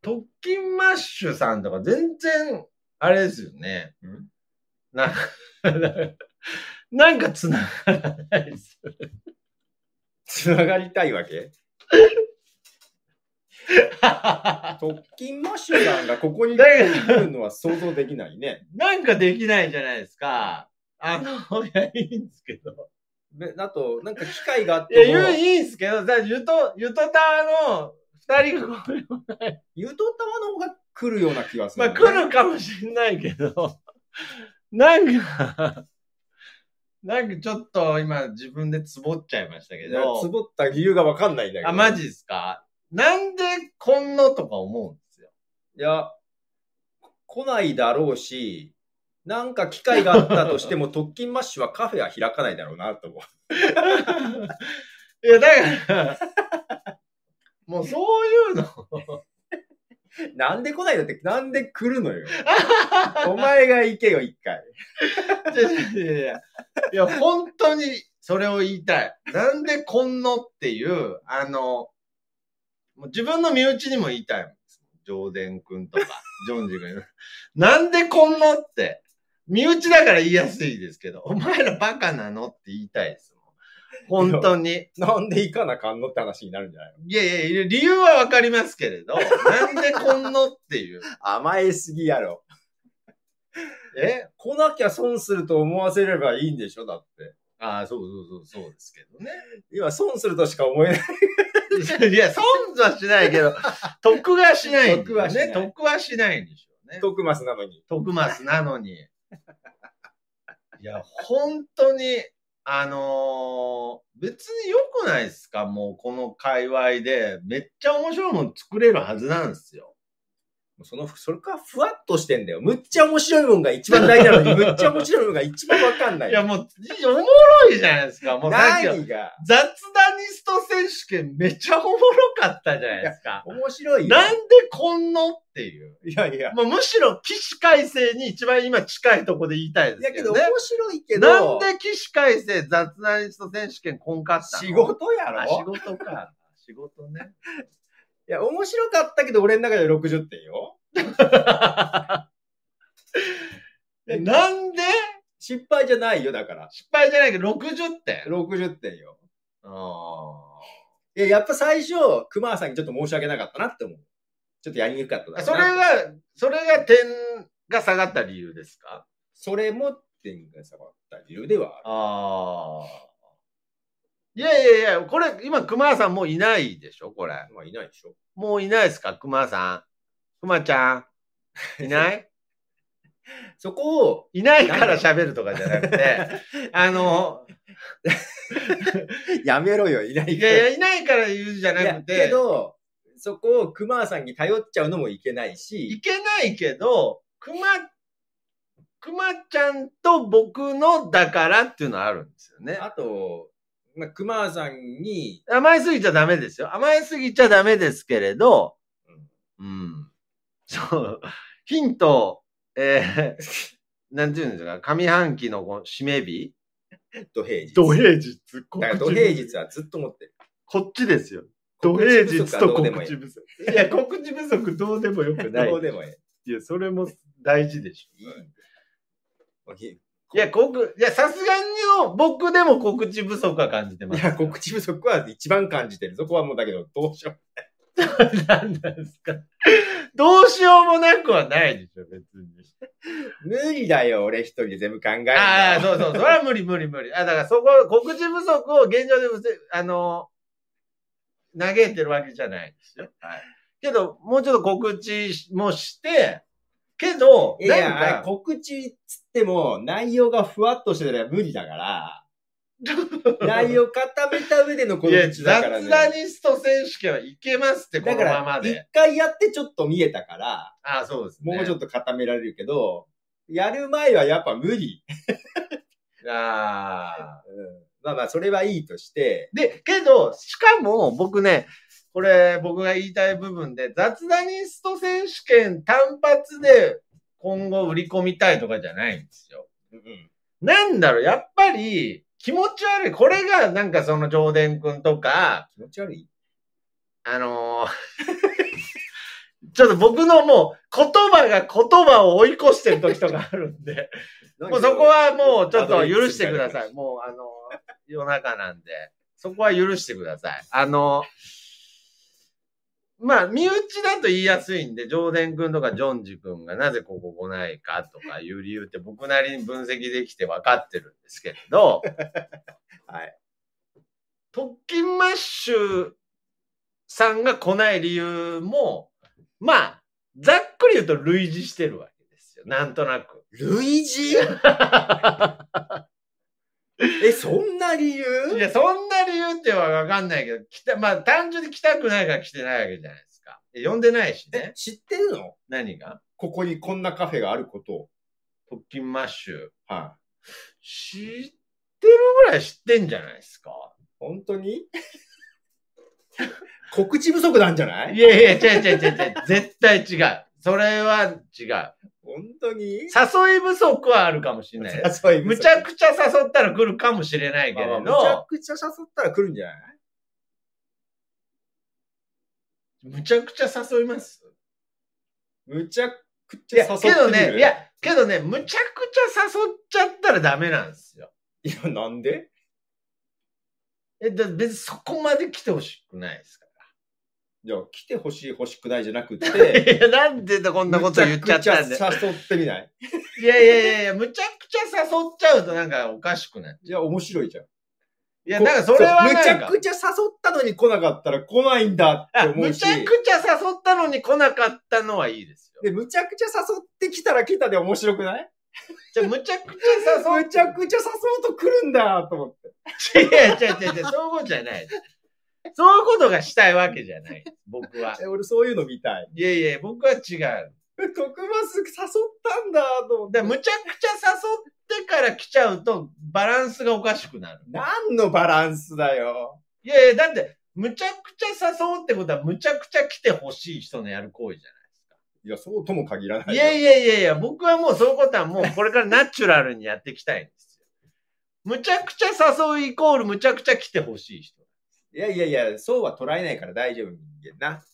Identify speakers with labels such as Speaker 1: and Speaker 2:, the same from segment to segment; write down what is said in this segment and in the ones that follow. Speaker 1: 特勤マッシュさんとか全然、あれですよね。
Speaker 2: ん
Speaker 1: なんか、 なんか繋がらないですよ。
Speaker 2: つながりたい わけ特勤マッシュさんがここに
Speaker 1: だけ
Speaker 2: 来るのは想像できないね。
Speaker 1: なんかできないじゃないですか。あの、いや、いいんですけど。
Speaker 2: であと、なんか機会があっ
Speaker 1: いや、
Speaker 2: て
Speaker 1: 言う
Speaker 2: も、
Speaker 1: いいんですけど、だゆと、ゆとたわの二人がこれ、
Speaker 2: ゆとたわの方が来るような気がす
Speaker 1: ま
Speaker 2: る
Speaker 1: あ
Speaker 2: ね、
Speaker 1: 来るかもしんないけど、なんか、なんかちょっと今自分でつぼっちゃいましたけ
Speaker 2: いやつ
Speaker 1: ど、
Speaker 2: ぼった理由がわかんないんだけど。
Speaker 1: あ、マジですかなんでこんのとか思うんですよ。
Speaker 2: いや、来ないだろうし、なんか機会があったとして も、特勤マッシュはカフェは開かないだろうなと思う。
Speaker 1: いや、だから、 もうそういうの。
Speaker 2: なんで来ないのって、なんで来るのよ。お前が行けよ、一回。
Speaker 1: いやいやいやいやいや、本当にそれを言いたい。なんでこんのっていう、あの、もう自分の身内にも言いたいもん。上田くんとか、ジョンジ君に。なんでこんのって。身内だから言いやすいですけど、お前らバカなのって言いたいですもん。本当に。い
Speaker 2: なんで行かなかんのって話になるんじゃないの
Speaker 1: やいやいや、理由はわかりますけれど、なんでこんのっていう。
Speaker 2: 甘えすぎや ろ。
Speaker 1: え
Speaker 2: 来なきゃ損すると思わせればいいんでしょだって。
Speaker 1: ああ、そうそうそう、そうですけどね。
Speaker 2: 今、損するとしか思えな い。
Speaker 1: いや、損はしないけど、得がしないんだよね。
Speaker 2: 得はしない
Speaker 1: 得はしないんでしょうね。
Speaker 2: トクマスなのに。
Speaker 1: 得マスなのに。 いや、本当に、あのー別に良くないですかもうこの界隈で、めっちゃ面白いもの作れるはずなんですよ。
Speaker 2: その、それか、ふわっとしてんだよ。むっちゃ面白いもんが一番大事なの に、むっちゃ面白いもんが一番わかんない。
Speaker 1: いや、もう、おもろいじゃないですか。もうさっきの
Speaker 2: 何が
Speaker 1: 雑談ニスト選手権めっちゃおもろかったじゃないですか。
Speaker 2: 面白いよ。
Speaker 1: なんでこんのっていう。
Speaker 2: いやいや。
Speaker 1: もうむしろ起死回生に一番今近いとこで言いたいです
Speaker 2: だけ
Speaker 1: け
Speaker 2: ど
Speaker 1: どね。
Speaker 2: 面白いけど、
Speaker 1: なんで起死回生雑談リスト選手権こんかったの
Speaker 2: 仕事や
Speaker 1: あ仕
Speaker 2: ろ
Speaker 1: 事か。仕事 ね。
Speaker 2: いや、面白かったけど、俺の中では60点 よ。
Speaker 1: えなんで
Speaker 2: 失敗じゃないよ、だから。
Speaker 1: 失敗じゃないけど60点。
Speaker 2: 60点よ。
Speaker 1: あ
Speaker 2: いや、やっぱ最初、熊谷さんにちょっと申し訳なかったなって思う。ちょっとやりにくかっただろう
Speaker 1: ー
Speaker 2: な
Speaker 1: それが、それが点が下がった理由ですか
Speaker 2: それも点が下がった理由ではある。
Speaker 1: ああ。いやいやいや、これ今熊谷さんもういないでしょこれ。
Speaker 2: まあ、いないでしょ。
Speaker 1: もういないですか熊さん。熊ちゃん。いない
Speaker 2: そこを、
Speaker 1: いないから喋るとかじゃなくて、あの、
Speaker 2: やめろよ、いないいから
Speaker 1: やいや、いないから言うんじゃ
Speaker 2: い
Speaker 1: な
Speaker 2: や
Speaker 1: く
Speaker 2: け
Speaker 1: て、
Speaker 2: ど、そこを熊谷さんに頼っちゃうのもいけないし
Speaker 1: い、けないけど、熊、熊ちゃんと僕のだからっていうのはあるんですよね。
Speaker 2: あと、まあ、熊谷さんに、
Speaker 1: 甘えすぎちゃダメですよ。甘えすぎちゃダメですけれど、うん。そう、ヒント、えー、なんていうんですか、上半期のこの締め日
Speaker 2: 土平日。
Speaker 1: 平日。
Speaker 2: だから土平日はずっと思ってる。
Speaker 1: こっちですよ。
Speaker 2: 土平日と告知
Speaker 1: 不足。いや、告知不足どうでもよくない
Speaker 2: ど。うでもえ
Speaker 1: いや、それも大事でし
Speaker 2: え。いいおひ
Speaker 1: ょ。いや、告、いや、さすがにの僕でも告知不足は感じてま
Speaker 2: い
Speaker 1: す。
Speaker 2: や、告知不足は一番感じてる。そこはもうだけど、どうしよ
Speaker 1: なんなんですか。どうしようもなくはないでしょ、別に。
Speaker 2: う。無理だよ、俺一人で全部考えるの。
Speaker 1: ああ、そうそう、それは無理無理無理。あ、だからそこ、告知不足を現状で防い、あの、嘆いてるわけじゃないですよ。はい。けど、もうちょっと告知もして、けど、
Speaker 2: いや
Speaker 1: なんか、
Speaker 2: 告知つっても、内容がふわっとしてたら無理だ から、内容固めた上での告
Speaker 1: いや、
Speaker 2: 知だから
Speaker 1: 雑談
Speaker 2: ね。
Speaker 1: ニスト選手権はいけますって、こ
Speaker 2: だ
Speaker 1: の
Speaker 2: か
Speaker 1: まま
Speaker 2: ら、
Speaker 1: で
Speaker 2: 一。回やってちょっと見えたから、
Speaker 1: ああ、そうですね。
Speaker 2: もうちょ
Speaker 1: っ
Speaker 2: っと固められるけど、やる前はやっぱ無理。
Speaker 1: と。ああ。
Speaker 2: うんまあまあ、それはいいとして、
Speaker 1: で、けど、しかも僕ね、これ僕が言いたい部分で、雑談ニスト選手権単発で今後売り込みたいとかじゃないんですよ。なんだろう、やっぱり気持ち悪い。これがなんかその上田くんとか、
Speaker 2: 気持ち悪い
Speaker 1: あのー ちょっと僕のもう言葉が言葉を追い越してる時とかあるんで、もうそこはもうちょっと許してください。もうあの、夜中なんで、そこは許してください。あの、まあ、身内だと言いやすいんで、ジョーデン君とかジョンジ君がなぜここ来ないかとかいう理由って僕なりに分析できて分かってるんですけれ ど、
Speaker 2: はい。
Speaker 1: 特勤マッシュさんが来ない理由も、まあ、ざっくり言うと類似してるわけですよ。なんとなく。
Speaker 2: 類似え、そんな理由
Speaker 1: いや、そんな理由ってはわかんないけど、来た、まあ、単純に来たくないから来てないわけじゃないですか。いや呼んでないし
Speaker 2: え
Speaker 1: ね、。
Speaker 2: 知ってるの
Speaker 1: 何が
Speaker 2: ここにこんなカフェがあることを。
Speaker 1: 特勤マッシュ。
Speaker 2: はい。
Speaker 1: 知ってるぐらい知ってんじゃないですか。
Speaker 2: 本当 に告知不足なんじゃない
Speaker 1: いやいや、違う違う違う 違う。絶対違う。それは違う。
Speaker 2: 本当に
Speaker 1: 誘い不足はあるかもしれない。
Speaker 2: 誘い
Speaker 1: むちゃ
Speaker 2: く
Speaker 1: くちゃ誘ったら来るかもしれないけれ
Speaker 2: むちゃ
Speaker 1: ど、
Speaker 2: くちゃ誘ったら来るんじゃない
Speaker 1: むちゃくちゃ誘います
Speaker 2: むちゃく
Speaker 1: い
Speaker 2: ちゃ
Speaker 1: や、
Speaker 2: 誘って
Speaker 1: けどね、
Speaker 2: みる
Speaker 1: いや、けどね、むちゃくちゃ誘っちゃったらダメなんですよ。
Speaker 2: いや、なんで
Speaker 1: え、だ別にそこまで来てほしくないですか
Speaker 2: じゃあ、来てほしい、欲しくないじゃなく
Speaker 1: ら。
Speaker 2: て、
Speaker 1: いや、なんでこんなこと言っちゃったん
Speaker 2: む
Speaker 1: で
Speaker 2: ち。ゃくちゃ誘ってみない。
Speaker 1: いやいやいやいや、むちゃくちゃ誘っちゃうとなんかおかしくない。
Speaker 2: じゃあ、面白いじゃん。い
Speaker 1: いや、なんかそれはなん
Speaker 2: む
Speaker 1: か
Speaker 2: ちゃくちゃ誘ったのに来なかったら来ないんだって
Speaker 1: あ
Speaker 2: 思う
Speaker 1: む
Speaker 2: し。
Speaker 1: ちゃくちゃ誘ったのに来なかったのはいいですよ。
Speaker 2: で、むちゃくちゃ誘ってきたら来たで面白くない
Speaker 1: じゃあ、 むちゃくちゃ誘
Speaker 2: むちゃくちゃ誘うと来るんだと思って。
Speaker 1: って、いやいや、違う違う違う、そういうことじゃない。そういうことがしたいわけじゃない。僕は。
Speaker 2: え俺そういうの見たい。
Speaker 1: いやいや、僕は違う。だか
Speaker 2: え徳マス誘ったんだと思って。
Speaker 1: らむちゃくちゃ誘ってから来ちゃうと、バランスがおかしくなる。
Speaker 2: 何のバランスだよ。
Speaker 1: いやいや、だって、むちゃくちゃ誘うってことは、むちゃくちゃ来てほしい人のやる行為じゃないですか。
Speaker 2: いや、そうとも限らないい。
Speaker 1: やいやいやいや、僕はもうそういうことはもうこれからナチュラルにやっていきたいんですよ。むちゃくちゃ誘うイコールむちゃくちゃ来てほしい人。
Speaker 2: いやいやいや、そうは捉えないから大丈夫人間な。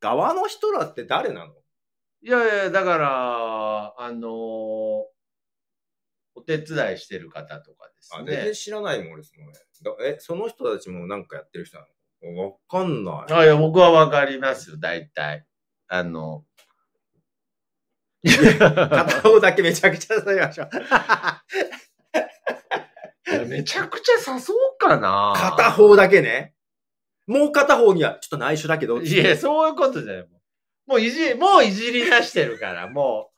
Speaker 2: 側の人らって誰なの
Speaker 1: いやいや、だから、あのーお手伝いしてる方とかです
Speaker 2: あ全
Speaker 1: ね
Speaker 2: 然。知らないもん、俺そのねだえ、その人たちもなんかやってる人なのわかんない。
Speaker 1: あいや、僕はわかりますよ、大体。あ の、いや
Speaker 2: 片方だけめちゃくちゃ誘いましょう。
Speaker 1: めちゃくちゃ誘おうかな。
Speaker 2: 片方だけね。もう片方には、ちょっと内緒だけど。
Speaker 1: いや、そういうことじゃない。もういじ、もういじり出してるから、も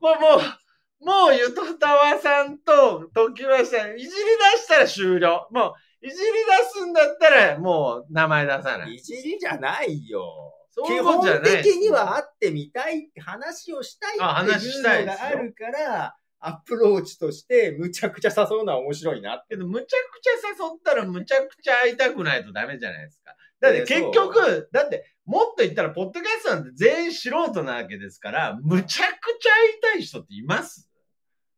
Speaker 1: う。もう、もう、もうゆとたわさんと時はさん、いじり出したら終了。もう、いじり出すんだったら、もう名前出さない。
Speaker 2: いじりじゃないよ。
Speaker 1: そうい
Speaker 2: 基
Speaker 1: うこと
Speaker 2: 本
Speaker 1: じゃない。
Speaker 2: 的には会ってみたいって話をしたい
Speaker 1: あ
Speaker 2: って
Speaker 1: 話
Speaker 2: いう
Speaker 1: したい
Speaker 2: の
Speaker 1: です
Speaker 2: が
Speaker 1: よ
Speaker 2: あるから、アプローチとして、むちゃくちゃ誘うのは面白いな。
Speaker 1: けど、むちゃくちゃ誘ったら、むちゃくちゃ会いたくないとダメじゃないですか。だって
Speaker 2: いや
Speaker 1: 結
Speaker 2: そう
Speaker 1: 局、だって、もっと言ったら、ポッドキャストなんて全員素人なわけですから、むちゃくちゃ会いたい人っています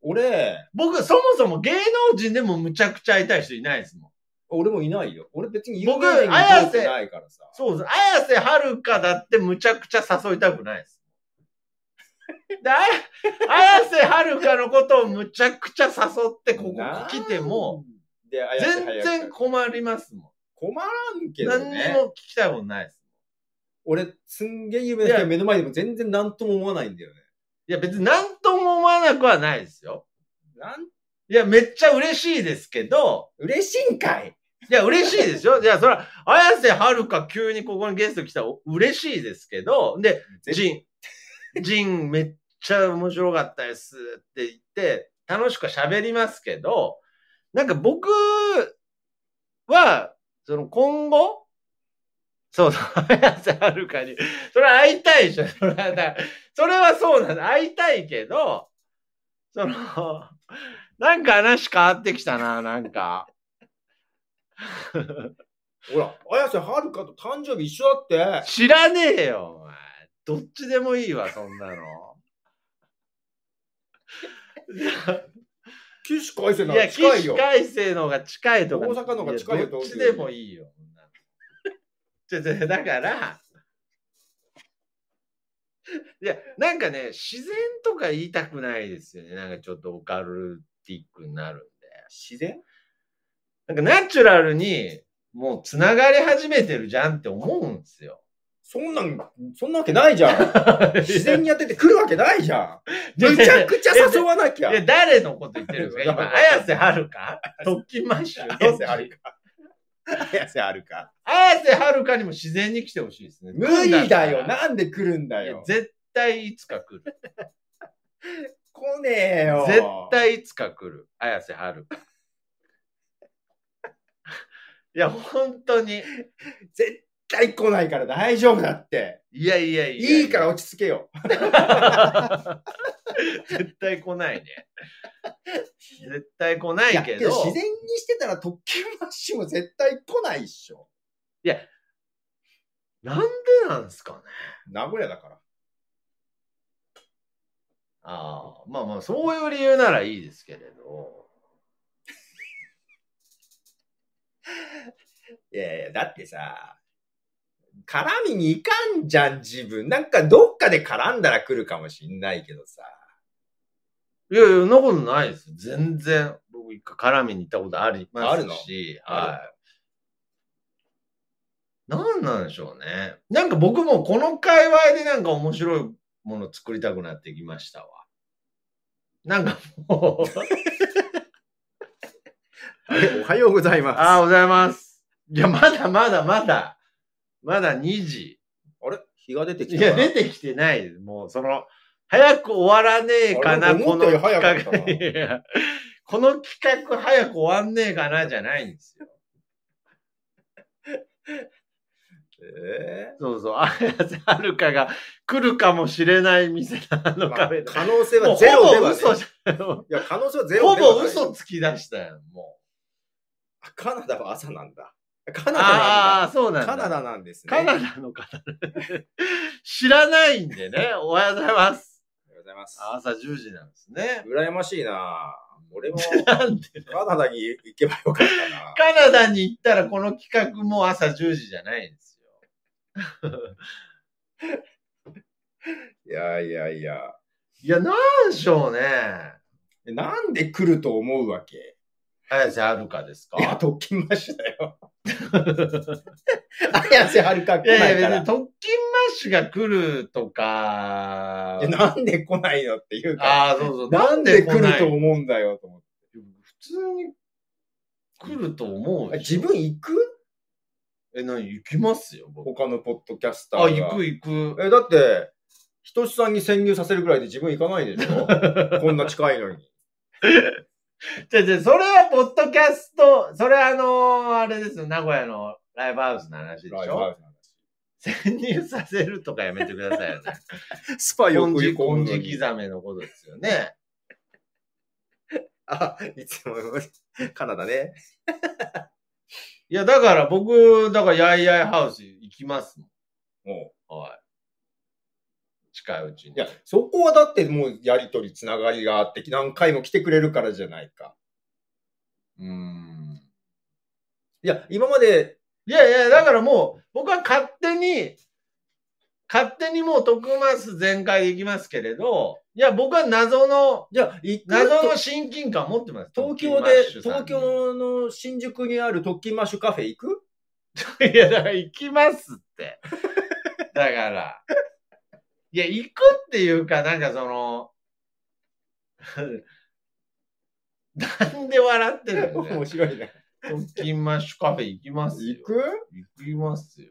Speaker 2: 俺、
Speaker 1: 僕、そもそも芸能人でもむちゃくちゃ会いたい人いないですもん。
Speaker 2: 俺もいないよ。俺別に
Speaker 1: 僕
Speaker 2: 有名人に
Speaker 1: 綾瀬
Speaker 2: 通ってないからさ。
Speaker 1: そうです。綾瀬はるかだってむちゃくちゃ誘いたくないです。で、あや綾瀬はるかのことをむちゃくちゃ誘ってここ
Speaker 2: なん
Speaker 1: 来ても、、
Speaker 2: で、綾瀬
Speaker 1: 全然困りますも
Speaker 2: 困らん
Speaker 1: ん。
Speaker 2: けど
Speaker 1: 何に
Speaker 2: ね。
Speaker 1: も聞きたいことないです。
Speaker 2: 俺、すんげえ有名な人が目の前でも全然何とも思わないんだよね。
Speaker 1: いや、別に何とも思わなくはないですよ。
Speaker 2: なん
Speaker 1: いや、めっちゃ嬉しいですけど、
Speaker 2: 嬉しいんかい
Speaker 1: いや、嬉しいですよ。じゃあ、それは、綾瀬はるか急にここにゲスト来たら嬉しいですけど、で、ジン、ジンめっちゃ面白かったですって言って、楽しくは喋りますけど、なんか僕は、その今後、そうそう、綾瀬はるかに、それは会いたいでしょ、それはだ、それはそうなんだ、会いたいけど、その、なんか話変わってきたな、なんか。
Speaker 2: ほら、綾瀬はるかと誕生日一緒だって。
Speaker 1: 知らねえよ、お前。どっちでもいい わ、そんなの。
Speaker 2: 起死回生
Speaker 1: い
Speaker 2: な
Speaker 1: や、
Speaker 2: ら
Speaker 1: 起
Speaker 2: 近い
Speaker 1: 死
Speaker 2: よ。
Speaker 1: 回生の方が近いとか。
Speaker 2: 大阪の方が近いよ
Speaker 1: やどっち
Speaker 2: 東京よ
Speaker 1: で
Speaker 2: り
Speaker 1: もいいよ。そんなのちょちょだから、いや、なんかね、自然とか言いたくないですよね。なんかちょっとオカルティックになる
Speaker 2: 自
Speaker 1: ん
Speaker 2: 然
Speaker 1: で。なんかナチュラルに、もう繋がり始めてるじゃんって思うんですよ。
Speaker 2: そんなん、そんなわけない じゃん。自然にやってて来るわけないじゃん。むち ゃくちゃ誘わなきゃ
Speaker 1: い。や、誰のこと言ってるんで すか今、綾瀬はるか 特訓マッシュ
Speaker 2: 綾瀬はるか。綾瀬はるか。
Speaker 1: 綾瀬はるかにも自然に来てほしいですね。
Speaker 2: 無理だよ。
Speaker 1: な
Speaker 2: なんで来るんだ
Speaker 1: いや
Speaker 2: よ。
Speaker 1: 絶対いつか来る。
Speaker 2: 来ねえよ。
Speaker 1: 絶。対いつか来る。綾瀬はるか。いや、本当に。
Speaker 2: 絶対来ないから大丈夫だって。
Speaker 1: いやいやいやや
Speaker 2: いいから落ち着けよ。
Speaker 1: 絶対来ないね。絶対来ない
Speaker 2: や
Speaker 1: い
Speaker 2: け
Speaker 1: け
Speaker 2: ど
Speaker 1: ど、
Speaker 2: 自然にしてたら特急マッシュも絶対来ないっしょ。
Speaker 1: なんでなんですかね。
Speaker 2: 名古屋だから。
Speaker 1: ああ、まあまあ、そういう理由ならいいですけれど。
Speaker 2: いやいや、だってさ、絡みに行かんじゃん、自分。なんかどっかで絡んだら来るかもしんないけどさ。
Speaker 1: いやいや、そんなことないです。全然、僕一回絡みに行ったことありま
Speaker 2: ある
Speaker 1: す
Speaker 2: の
Speaker 1: し、
Speaker 2: ある
Speaker 1: はい。なんなんでしょうね。なんか僕もこの界隈でなんか面白いもの作りたくなってきましたわ。なんかもう、
Speaker 2: あれおはようございます。
Speaker 1: ああ、おはようございます。いや、まだまだまだ、まだ2時。
Speaker 2: あれ日が出てき
Speaker 1: い
Speaker 2: たかな
Speaker 1: や、出てきてないです。もう、その、早く終わらねえか
Speaker 2: あ
Speaker 1: な、
Speaker 2: れ
Speaker 1: こ
Speaker 2: 思っ
Speaker 1: の
Speaker 2: たより
Speaker 1: 企
Speaker 2: 早かったな
Speaker 1: 画。いやこの企画早く終わんねえかな、じゃないんですよ。
Speaker 2: え
Speaker 1: そうそう。あやつはるかが来るかもしれない店のあ
Speaker 2: ー
Speaker 1: の
Speaker 2: まあ
Speaker 1: 壁で。
Speaker 2: 可能性
Speaker 1: も
Speaker 2: は
Speaker 1: う
Speaker 2: ゼロ
Speaker 1: ほ
Speaker 2: で
Speaker 1: ぼ
Speaker 2: はない。
Speaker 1: 嘘じゃん。
Speaker 2: いや、可能性はゼロ
Speaker 1: ほ
Speaker 2: ではない。
Speaker 1: ぼ嘘つき出したよ、も
Speaker 2: あカナダは朝なんだ。カ
Speaker 1: う。
Speaker 2: ナダ
Speaker 1: あ
Speaker 2: な
Speaker 1: あ、そうなん
Speaker 2: んだ。
Speaker 1: だ。
Speaker 2: カナダなんですね。
Speaker 1: カナ
Speaker 2: おはよ
Speaker 1: ダの方。知らないんでね。おはようございます。
Speaker 2: うございます。
Speaker 1: 朝10時なんですね。
Speaker 2: 羨ましいな俺も
Speaker 1: なんで
Speaker 2: カナダに行けばよかったな
Speaker 1: カナダに行ったらこの企画も朝10時じゃないんですよ。
Speaker 2: いやいやいや。
Speaker 1: いや、なんでしょうね。
Speaker 2: えなんで来ると思うわけ
Speaker 1: 綾瀬はるかですか
Speaker 2: いや、特勤マッシュだよ。綾瀬はるか
Speaker 1: い
Speaker 2: 来な
Speaker 1: やい
Speaker 2: い
Speaker 1: や、別
Speaker 2: から。
Speaker 1: に特
Speaker 2: い
Speaker 1: 勤マッシュが来るとか
Speaker 2: や、なんで来ないのっていうか。
Speaker 1: ああ、そうそう。
Speaker 2: なんで来ると
Speaker 1: う
Speaker 2: 思うんだよと思って。
Speaker 1: 普通に来ると思う
Speaker 2: あ
Speaker 1: よ。
Speaker 2: 自分行く
Speaker 1: え、何行きますよ、僕。
Speaker 2: 他のポッドキャスターが。
Speaker 1: あ、行く行く。
Speaker 2: え、だって、ひとしさんに潜入させるぐらいで自分行かないで しょこんな近いのに。
Speaker 1: じゃじゃそれはポッドキャスト、それあのーあれですよ、名古屋のライブハウスの話でし
Speaker 2: ライブハ
Speaker 1: ょ
Speaker 2: ウスなんだし
Speaker 1: 潜入させるとかやめてくださいよね。
Speaker 2: スパイを
Speaker 1: 金
Speaker 2: 食い
Speaker 1: 色
Speaker 2: 込
Speaker 1: 金
Speaker 2: むの
Speaker 1: 色
Speaker 2: に。
Speaker 1: 刻めのことですよね。
Speaker 2: あ、いつも、カナダね。
Speaker 1: いや、だから僕、だからやいやいハウス行きますも
Speaker 2: も
Speaker 1: ん。はい。近いうちに。
Speaker 2: う。いや、そこはだってもうやりとり、つながりがあって、何回も来てくれるからじゃないか。
Speaker 1: うーん。
Speaker 2: いや、今まで、
Speaker 1: いやいや、だからもう、僕は勝手に、勝手にもう徳マス全開で行きますけれど、いや、僕は謎の、
Speaker 2: じゃあ、行く
Speaker 1: 謎の親近感持ってます。
Speaker 2: 東京
Speaker 1: トッキンマッ
Speaker 2: で
Speaker 1: シ、ュさん
Speaker 2: 東
Speaker 1: に。
Speaker 2: 京の新宿にある特勤マッシュカフェ行く
Speaker 1: いや、だから行きますって。だから。いや、行くっていうか、なんかその、 なんで笑ってるの
Speaker 2: 面
Speaker 1: ね。
Speaker 2: 白いね。
Speaker 1: 特勤マッシュカフェ行きますよ
Speaker 2: 行。く
Speaker 1: 行きますよ、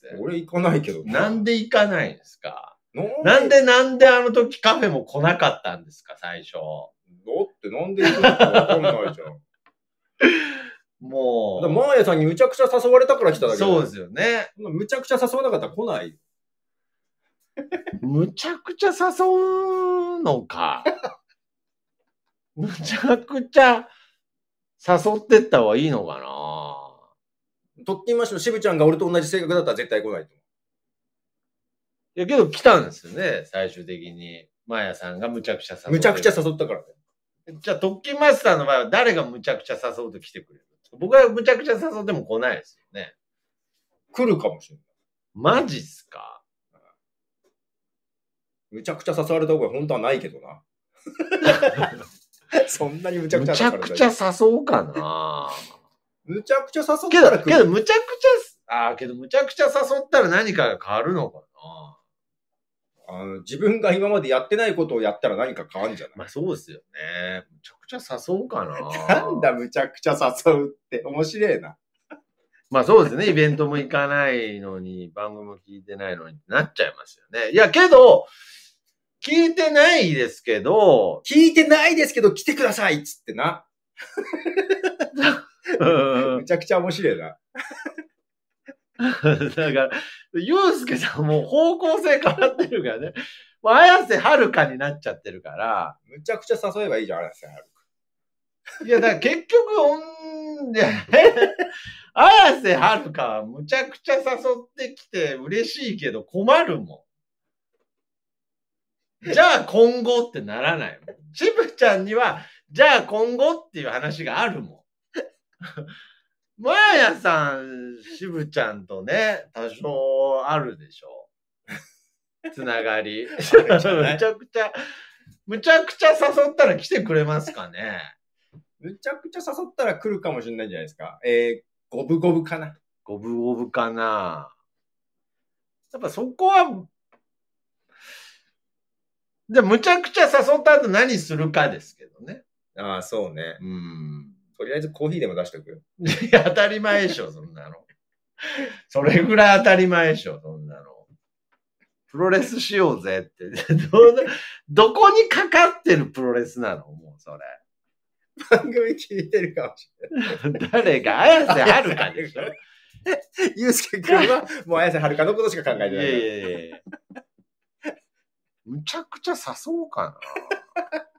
Speaker 1: 全
Speaker 2: 俺行かないけど。
Speaker 1: 然。なんで行かないんですか
Speaker 2: な
Speaker 1: なんでなんであの時カフェも来なかったんですか、最初。
Speaker 2: だってなんで行くのかわかんな いじゃん。
Speaker 1: も
Speaker 2: だから
Speaker 1: う。
Speaker 2: マーヤさんにむちゃくちゃ誘われたから来ただけだ
Speaker 1: そうですよね。
Speaker 2: そんなむちゃくちゃ誘わなかったら来ない。
Speaker 1: むちゃくちゃ誘うのか。むちゃくちゃ誘ってった方がいいのかな。
Speaker 2: 特勤マッシュの渋ちゃんが俺と同じ性格だったら絶対来ないと
Speaker 1: いや、けど来たんですよね、最終的に。マヤさんがむちゃくちゃ誘う。
Speaker 2: 思う。むちゃくちゃ誘ったからね。
Speaker 1: じゃあ、特勤マスターの場合は誰がむちゃくちゃ誘うと来てくれる僕はむちゃくちゃ誘っても来ないですよね。
Speaker 2: 来るかもしれない。
Speaker 1: マジっすか
Speaker 2: むちゃくちゃ誘われた覚え、本当はないけ どな。そんなにむちゃく
Speaker 1: む
Speaker 2: ちゃ
Speaker 1: ち
Speaker 2: だ
Speaker 1: ゃ
Speaker 2: から
Speaker 1: くちゃ誘おうか な。
Speaker 2: むちゃくちゃ誘っ
Speaker 1: け
Speaker 2: たら
Speaker 1: ど、
Speaker 2: 来
Speaker 1: け
Speaker 2: る。
Speaker 1: ど、むちゃくちゃ、ああ、けど、むちゃくちゃ誘ったら何かが変わるのかな。
Speaker 2: あの自分が今までやってないことをやったら何か変わんじゃない
Speaker 1: まあ、そうですよね。むちゃくちゃ誘おうかな。
Speaker 2: なんだ、むちゃくちゃ誘うって。面白いな。
Speaker 1: まあそうですね。イベントも行かないのに、番組も聞いてないのになっちゃいますよね。いや、けど、聞いてないですけ ど、
Speaker 2: 聞いてないですけど来てくださいっつってな。むちゃくちゃ面白いな。
Speaker 1: だから、ゆうすけさんもう方向性変わってるからね。もう綾瀬はるかになっちゃってるから。
Speaker 2: むちゃくちゃ誘えばいいじゃん、あれさ。
Speaker 1: いや、だから結局、おんで、 綾瀬はるかはむちゃくちゃ誘ってきて嬉しいけど困るもん。じゃあ今後ってならないもん。ちぶちゃんには、じゃあ今後っていう話があるもん。まあやさん、しぶちゃんとね、多少あるでしょ。つながり。むち
Speaker 2: る
Speaker 1: ゃ
Speaker 2: んじゃない
Speaker 1: くちゃ、むちゃくちゃ誘ったら来てくれますかね。
Speaker 2: むちゃくちゃ誘ったら来るかもしれないんじゃないですか。えー、五分五分かな。
Speaker 1: 五分五分かな。やっぱそこは、で、むちゃくちゃ誘った後何するかですけどね。
Speaker 2: ああ、そうね。
Speaker 1: うん。
Speaker 2: とりあえずコーヒーでも出しとくよ。
Speaker 1: いや当たり前でしょ、そんなの。それぐらい当たり前でしょ、そんなの。プロレスしようぜって。どうなどこにかかってるプロレスなのもうそれ。
Speaker 2: 番組聞いてるかもし
Speaker 1: 誰が綾瀬はるかでしょ
Speaker 2: れない。ゆうすけくん は、もう綾瀬はるかのことしか考えて
Speaker 1: い
Speaker 2: ないから。
Speaker 1: やいやいやいや。むちゃくちゃ誘うかな。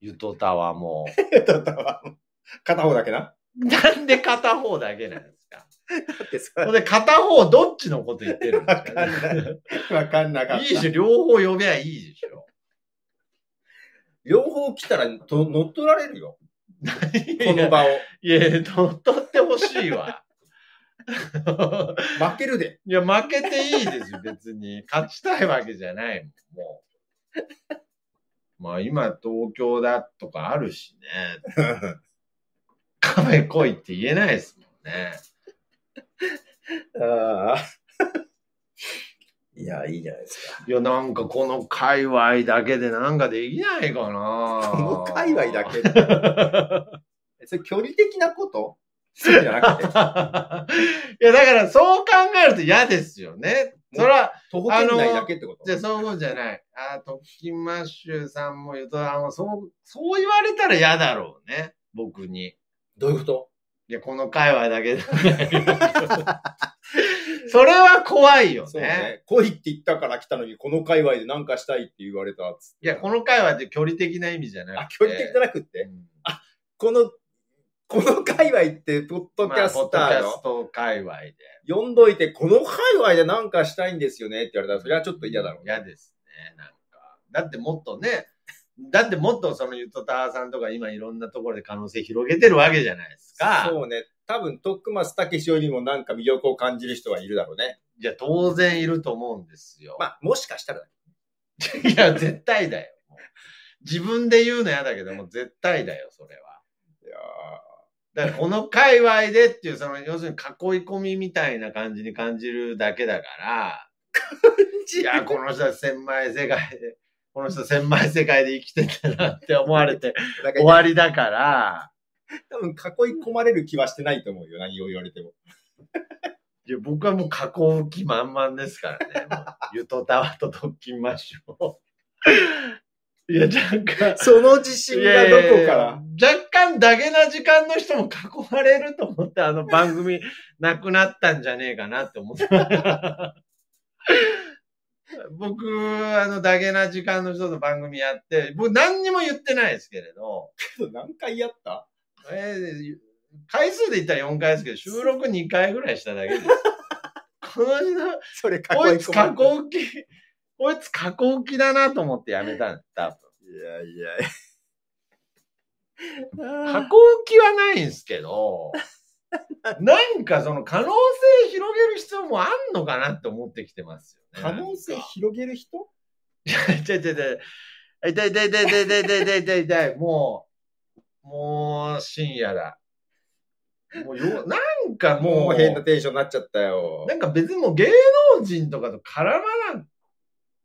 Speaker 1: ゆとたわも
Speaker 2: だったわ 片 方だけな。
Speaker 1: う。なんで片方だけなんですか
Speaker 2: だってさ、
Speaker 1: ほんで片方どっちのこと言ってるんで
Speaker 2: わ
Speaker 1: す
Speaker 2: かん
Speaker 1: か、
Speaker 2: ない。わかんなかっ
Speaker 1: いい
Speaker 2: た。
Speaker 1: し、両方呼べばいいでしょ。
Speaker 2: 両方来たらと乗っ取られるよ。こ
Speaker 1: こ
Speaker 2: の場を。
Speaker 1: いや、いや乗っ取ってほしいわ。
Speaker 2: 負けるで。
Speaker 1: いや、負けていいですよ、別に。勝ちたいわけじゃないもん、もう。まあ今、東京だとかあるしね。カフェ来いって言えないですもんね。
Speaker 2: ああ。 いや、いいじゃないです か。
Speaker 1: いや、なんかこの界隈だけでなんかできないかな。
Speaker 2: この界隈だけで。 それ距離的なことそうじゃ なくて。
Speaker 1: け。いや、だからそう考えると嫌ですよね。そら、
Speaker 2: 徒歩圏内だけってこと
Speaker 1: じゃあそういうことじゃない。あー、特勤マッシュさんもゆとあんもそう、そう言われたら嫌だろうね。僕に。
Speaker 2: どういうこと
Speaker 1: いや、この界隈だけ で。それは怖いよ
Speaker 2: そうね。来いって言ったから来たのに、この界隈で何かしたいって言われたっつって。
Speaker 1: いや、この会話って距離的な意味じゃな
Speaker 2: あ、
Speaker 1: くて。
Speaker 2: 距離的じゃなくって。
Speaker 1: うん
Speaker 2: この、この界隈って、ポッドキャスタ
Speaker 1: まあポッド
Speaker 2: ー
Speaker 1: キャ
Speaker 2: の、
Speaker 1: スト界隈で。
Speaker 2: 呼んどいて、この界隈で何かしたいんですよねって言われたら、それはちょっと嫌だろうね。
Speaker 1: 嫌ですね、なんか。だってもっとね、だってもっとそのゆとたわさんとか今いろんなところで可能性広げてるわけじゃないですか。
Speaker 2: そうね。多分、トックマスたけしよりもなんか魅力を感じる人はいるだろうね。
Speaker 1: いや、当然いると思うんですよ。
Speaker 2: まあ、もしかしたらだ
Speaker 1: いや、絶対だよ。もう自分で言うの嫌だけども、絶対だよ、それは。
Speaker 2: けど。いや
Speaker 1: だからこの界隈でっていう、その、要するに囲い込みみたいな感じに感じるだけだから、いや、この人は千枚世界で、この人千枚世界で生きてたなって思われて
Speaker 2: ーなん か
Speaker 1: 終わりだから、
Speaker 2: 多分、囲い込まれる気はしてないと思うよ。何を言われても。
Speaker 1: いや、僕はもう囲う気満々です からね。もうゆとたわと特勤マッシュを。 いや、なんか。
Speaker 2: その自信がどこから
Speaker 1: いやいや若干ダゲな時間の人も囲われると思って、あの番 組なくなったんじゃねえかなって思って。 僕、あの、ダゲな時間の人と番組やって、僕何にも言ってないですけれど、
Speaker 2: 何回やった
Speaker 1: えー回数で言ったら4回ですけど、収録2回ぐらいしただけ です。この人、
Speaker 2: それ囲い込ま
Speaker 1: こ
Speaker 2: れ
Speaker 1: い
Speaker 2: る
Speaker 1: つ過去気、こいつ過去気だなと思ってやめたんです、多分。
Speaker 2: いやいや
Speaker 1: 過
Speaker 2: い
Speaker 1: 去気はないんですけど、 なんかその可能性広げる必要もあんのかなって思ってきてますよ
Speaker 2: や。
Speaker 1: ね。
Speaker 2: 可能性広げる人
Speaker 1: 痛い痛い痛い。痛い痛い痛い痛い痛い痛い痛い痛い痛い。もう、もう深夜だ。もうよ、なんかもう、
Speaker 2: もう変なテンションになっちゃったよ。
Speaker 1: なんか別にもう芸能人とかと絡まな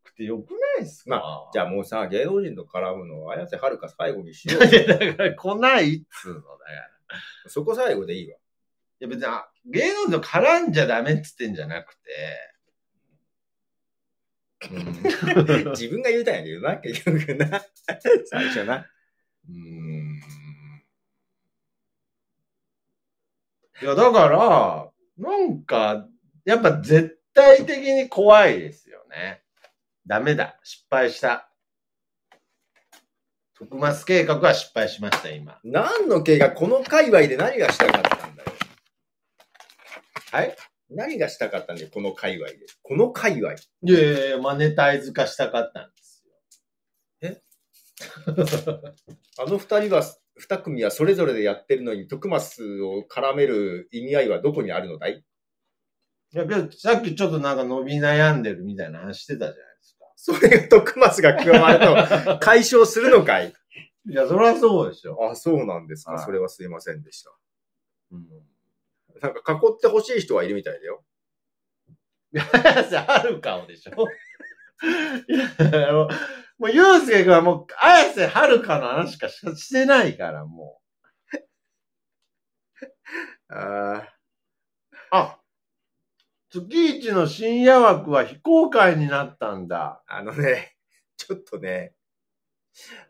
Speaker 1: くてよくないですか、
Speaker 2: まじゃあもうさ、芸能人と絡むのは綾瀬はるか最後にしよう
Speaker 1: いや
Speaker 2: よ。
Speaker 1: だから来ないっつうのだから。
Speaker 2: そこ最後でいいわ。
Speaker 1: いや別にあ芸能人と絡んじゃダメっつってんじゃなくて、
Speaker 2: 自分が言うたんやけどな、結局 な。最初な。
Speaker 1: うーん いや、だから、なんか、やっぱ絶対的に怖いですよね。ダメだ。失敗した。徳松計画は失敗しました、今。
Speaker 2: 何の計画、この界隈で何がしたかったんだよ。
Speaker 1: はい
Speaker 2: 何がしたかったんだよ、この界隈で。この界隈。
Speaker 1: いやいやいや、マネタイズ化したかったんですよ。
Speaker 2: あの二人は、二組はそれぞれでやってるのに、徳松を絡める意味合いはどこにあるのだい
Speaker 1: いやけど、さっきちょっとなんか伸び悩んでるみたいな話してたじゃないですか。
Speaker 2: それが徳松が加わる と解消するのかい
Speaker 1: いや、そりゃそうでしょ。
Speaker 2: あ、そうなんですか、
Speaker 1: はい
Speaker 2: それはすいませんでした。
Speaker 1: うん、
Speaker 2: なんか囲ってほしい人はいるみたいだよ。
Speaker 1: ある顔でしょ。 いや、もう、もうゆうすけくんはもう、綾瀬はるかの話しかししてないから、も
Speaker 2: ああ。
Speaker 1: う。あ、月一の深夜枠は非公開になったんだ。
Speaker 2: あのね、 ちょっとね、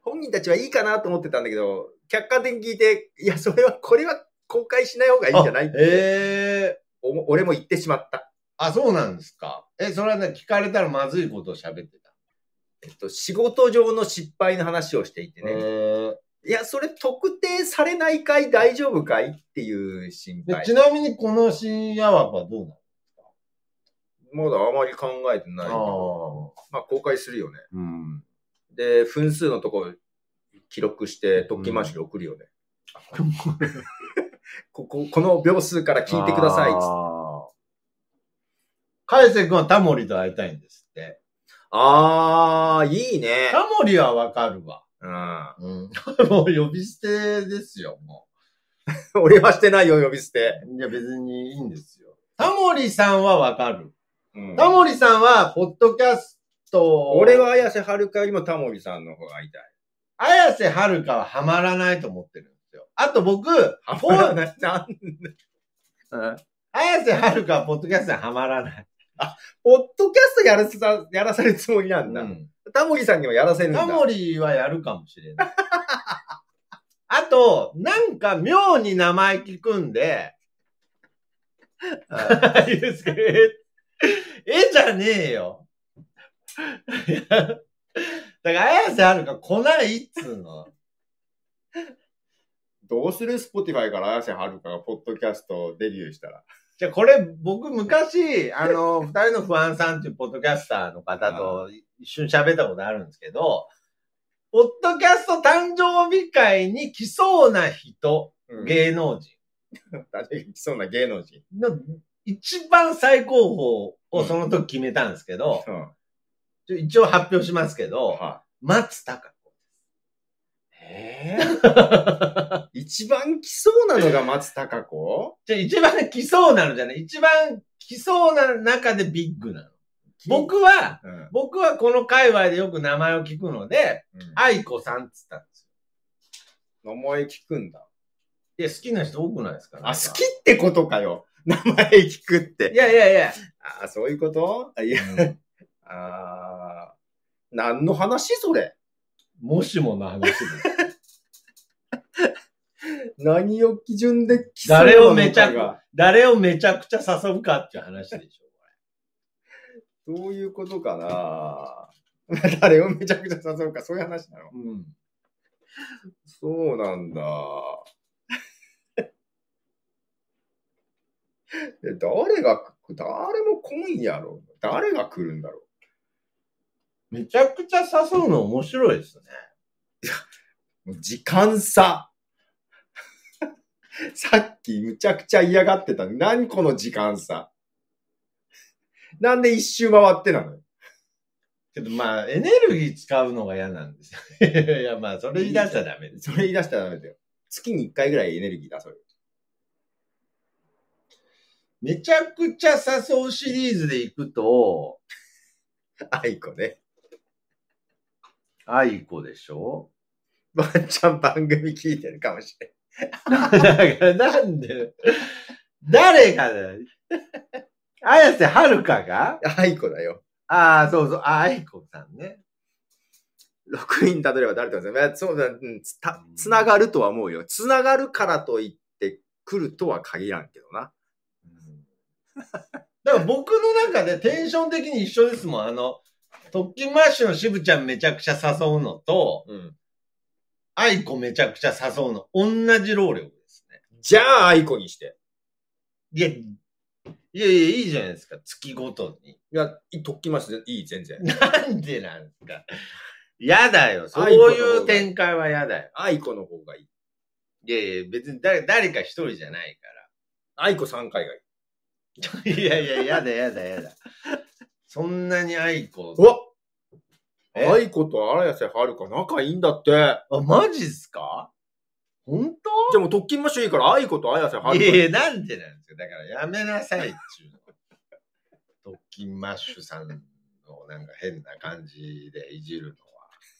Speaker 2: 本人たちはいいかなと思ってたんだけど、客観的に聞いて、いや、それは、これは公開しない方がいいんじゃない
Speaker 1: あええ
Speaker 2: おも俺も言ってしまった。
Speaker 1: あ、そうなんですか。え、それはね、聞かれたらまずいことを喋ってた。
Speaker 2: えっと、仕事上の失敗の話をしていてね、
Speaker 1: え
Speaker 2: いや、それ特定されないかい大丈夫かいっていう
Speaker 1: え
Speaker 2: 心
Speaker 1: で
Speaker 2: 配
Speaker 1: ち。なみにこの深夜枠はどうなの
Speaker 2: まだあまり考えてないけど、
Speaker 1: あ
Speaker 2: まあ公開するよね。
Speaker 1: あ。うん。
Speaker 2: で、分数のとこ記録して、特訓マシで送るよね。 こ こ、この秒数から聞いてくださいっつって。
Speaker 1: あカイセ君はタモリと会いたいんですって。
Speaker 2: あー、いいね。
Speaker 1: タモリはわかるわ。
Speaker 2: うん。
Speaker 1: うん。 もう呼び捨てですよ、も
Speaker 2: 俺はしてないよ、呼び捨て。
Speaker 1: う。いや、別にいいんですよ。タモリさんはわかる。
Speaker 2: うん
Speaker 1: タモリさんは、ポッドキャスト。
Speaker 2: 俺。は綾瀬はるかよりもタモリさんの方が会いたい。
Speaker 1: 綾瀬はるかはハマらないと思ってるんですよ。あと僕、
Speaker 2: あ
Speaker 1: ポッ
Speaker 2: ななんだ。
Speaker 1: 綾瀬はるかはポッドキャストにはまらない。
Speaker 2: ポッドキャストやらせた、やらせるつもりなんだ。
Speaker 1: うん
Speaker 2: タモリさんにもやらせるんだ。
Speaker 1: タモリはやるかもしれない。あと、なんか妙に生意気くんで、
Speaker 2: あ
Speaker 1: ゆうすけえ、えじゃねえよ。いやだから、綾瀬あるか来ないっつうの。
Speaker 2: どうするスポティファイから綾瀬はるかがポッドキャストデビューしたら。
Speaker 1: じゃあ、これ、僕、昔、あの、二人の不安さんっていうポッドキャスターの方と一瞬喋ったことあるんですけど、ポッドキャスト誕生日会に来そうな人、芸
Speaker 2: 芸
Speaker 1: 能人。
Speaker 2: 人、そうな芸能人。
Speaker 1: の一番最高峰をその時決めたんですけど、ち
Speaker 2: うん。
Speaker 1: ょ一応発表しますけど、
Speaker 2: は
Speaker 1: 松たか
Speaker 2: い、えー、 一番来そうなのが松たか子
Speaker 1: 子。ちょ一番来そうなのじゃない一番来そうな中でビッグなの。僕は、
Speaker 2: うん。うん
Speaker 1: 僕はこの界隈でよく名前を聞くので、愛子さんっつったんです
Speaker 2: 名前聞くんだ。
Speaker 1: よ。いや、好きな人多くないですか
Speaker 2: あ、好きってことかよ。名前聞くって
Speaker 1: い。やいやいや。
Speaker 2: ああ、そういうことあいや、ああ、何の話それ
Speaker 1: もしもの話です。
Speaker 2: 何を基準で来
Speaker 1: 誰をめちゃく
Speaker 2: そうなのかが
Speaker 1: 誰をめちゃくちゃ誘うかっていう話でしょ。
Speaker 2: どういうことかな 誰をめちゃくちゃ誘うか、そういう話なの
Speaker 1: うん。
Speaker 2: そうなんだ。 え誰が、誰も来んやろ誰が来るんだろ
Speaker 1: めちゃくちゃ誘うの面白いですね。
Speaker 2: う時間差。 さっきむちゃくちゃ嫌がってた。何この時間差。なんで一周回ってなのよ
Speaker 1: けどまあ、エネルギー使うのが嫌なんですよ。 いやいや、まあ、それ言い出したらダメです。
Speaker 2: それ言い出したらダメだよ。月に1回ぐらいエネルギー出そうよ。
Speaker 1: めちゃくちゃ誘うシリーズで行くと、
Speaker 2: あいこね。
Speaker 1: アイコでしょ
Speaker 2: ワンちゃん番組聞いてるかもしれん。
Speaker 1: だから、なんで、誰がだよ。綾瀬はるかが
Speaker 2: あいこだよ。
Speaker 1: ああ、そうそう、あ、アイコさんね。
Speaker 2: 6人たどれば誰ともいやそうだ、うん、つたつながるとは思うよ。つながるからといって来るとは限らんけどな。
Speaker 1: だから僕の中でテンション的に一緒ですもん。あの、特勤マッシュの渋ちゃんめちゃくちゃ誘うのと、
Speaker 2: うん。
Speaker 1: アイコめちゃくちゃ誘うの。同じ労力ですね。
Speaker 2: じゃあ、あいこにして。
Speaker 1: いや、いやいや、いいじゃないですか。月ごとに。
Speaker 2: いや、いとっきまして、いい、全然。
Speaker 1: なんでなんですか。やだよ。そういう展開はやだよ。
Speaker 2: あいこの方がいい。
Speaker 1: いやいや、別に誰誰か一人じゃないか
Speaker 2: あいこ3回がいい。
Speaker 1: ら。 いやいや、やだやだやだ。そんなにアイコ。
Speaker 2: うわ
Speaker 1: え
Speaker 2: あいこと荒瀬はるか仲いいんだって。じゃ
Speaker 1: あ、マジっすか本
Speaker 2: あもう特勤マッシュいいから、あいこと綾瀬は
Speaker 1: 当いや
Speaker 2: る
Speaker 1: い
Speaker 2: か。
Speaker 1: や、なんでなんですか。だからやめなさいっちゅうの。特勤マッシュさんのなんか変な感じでいじるのは。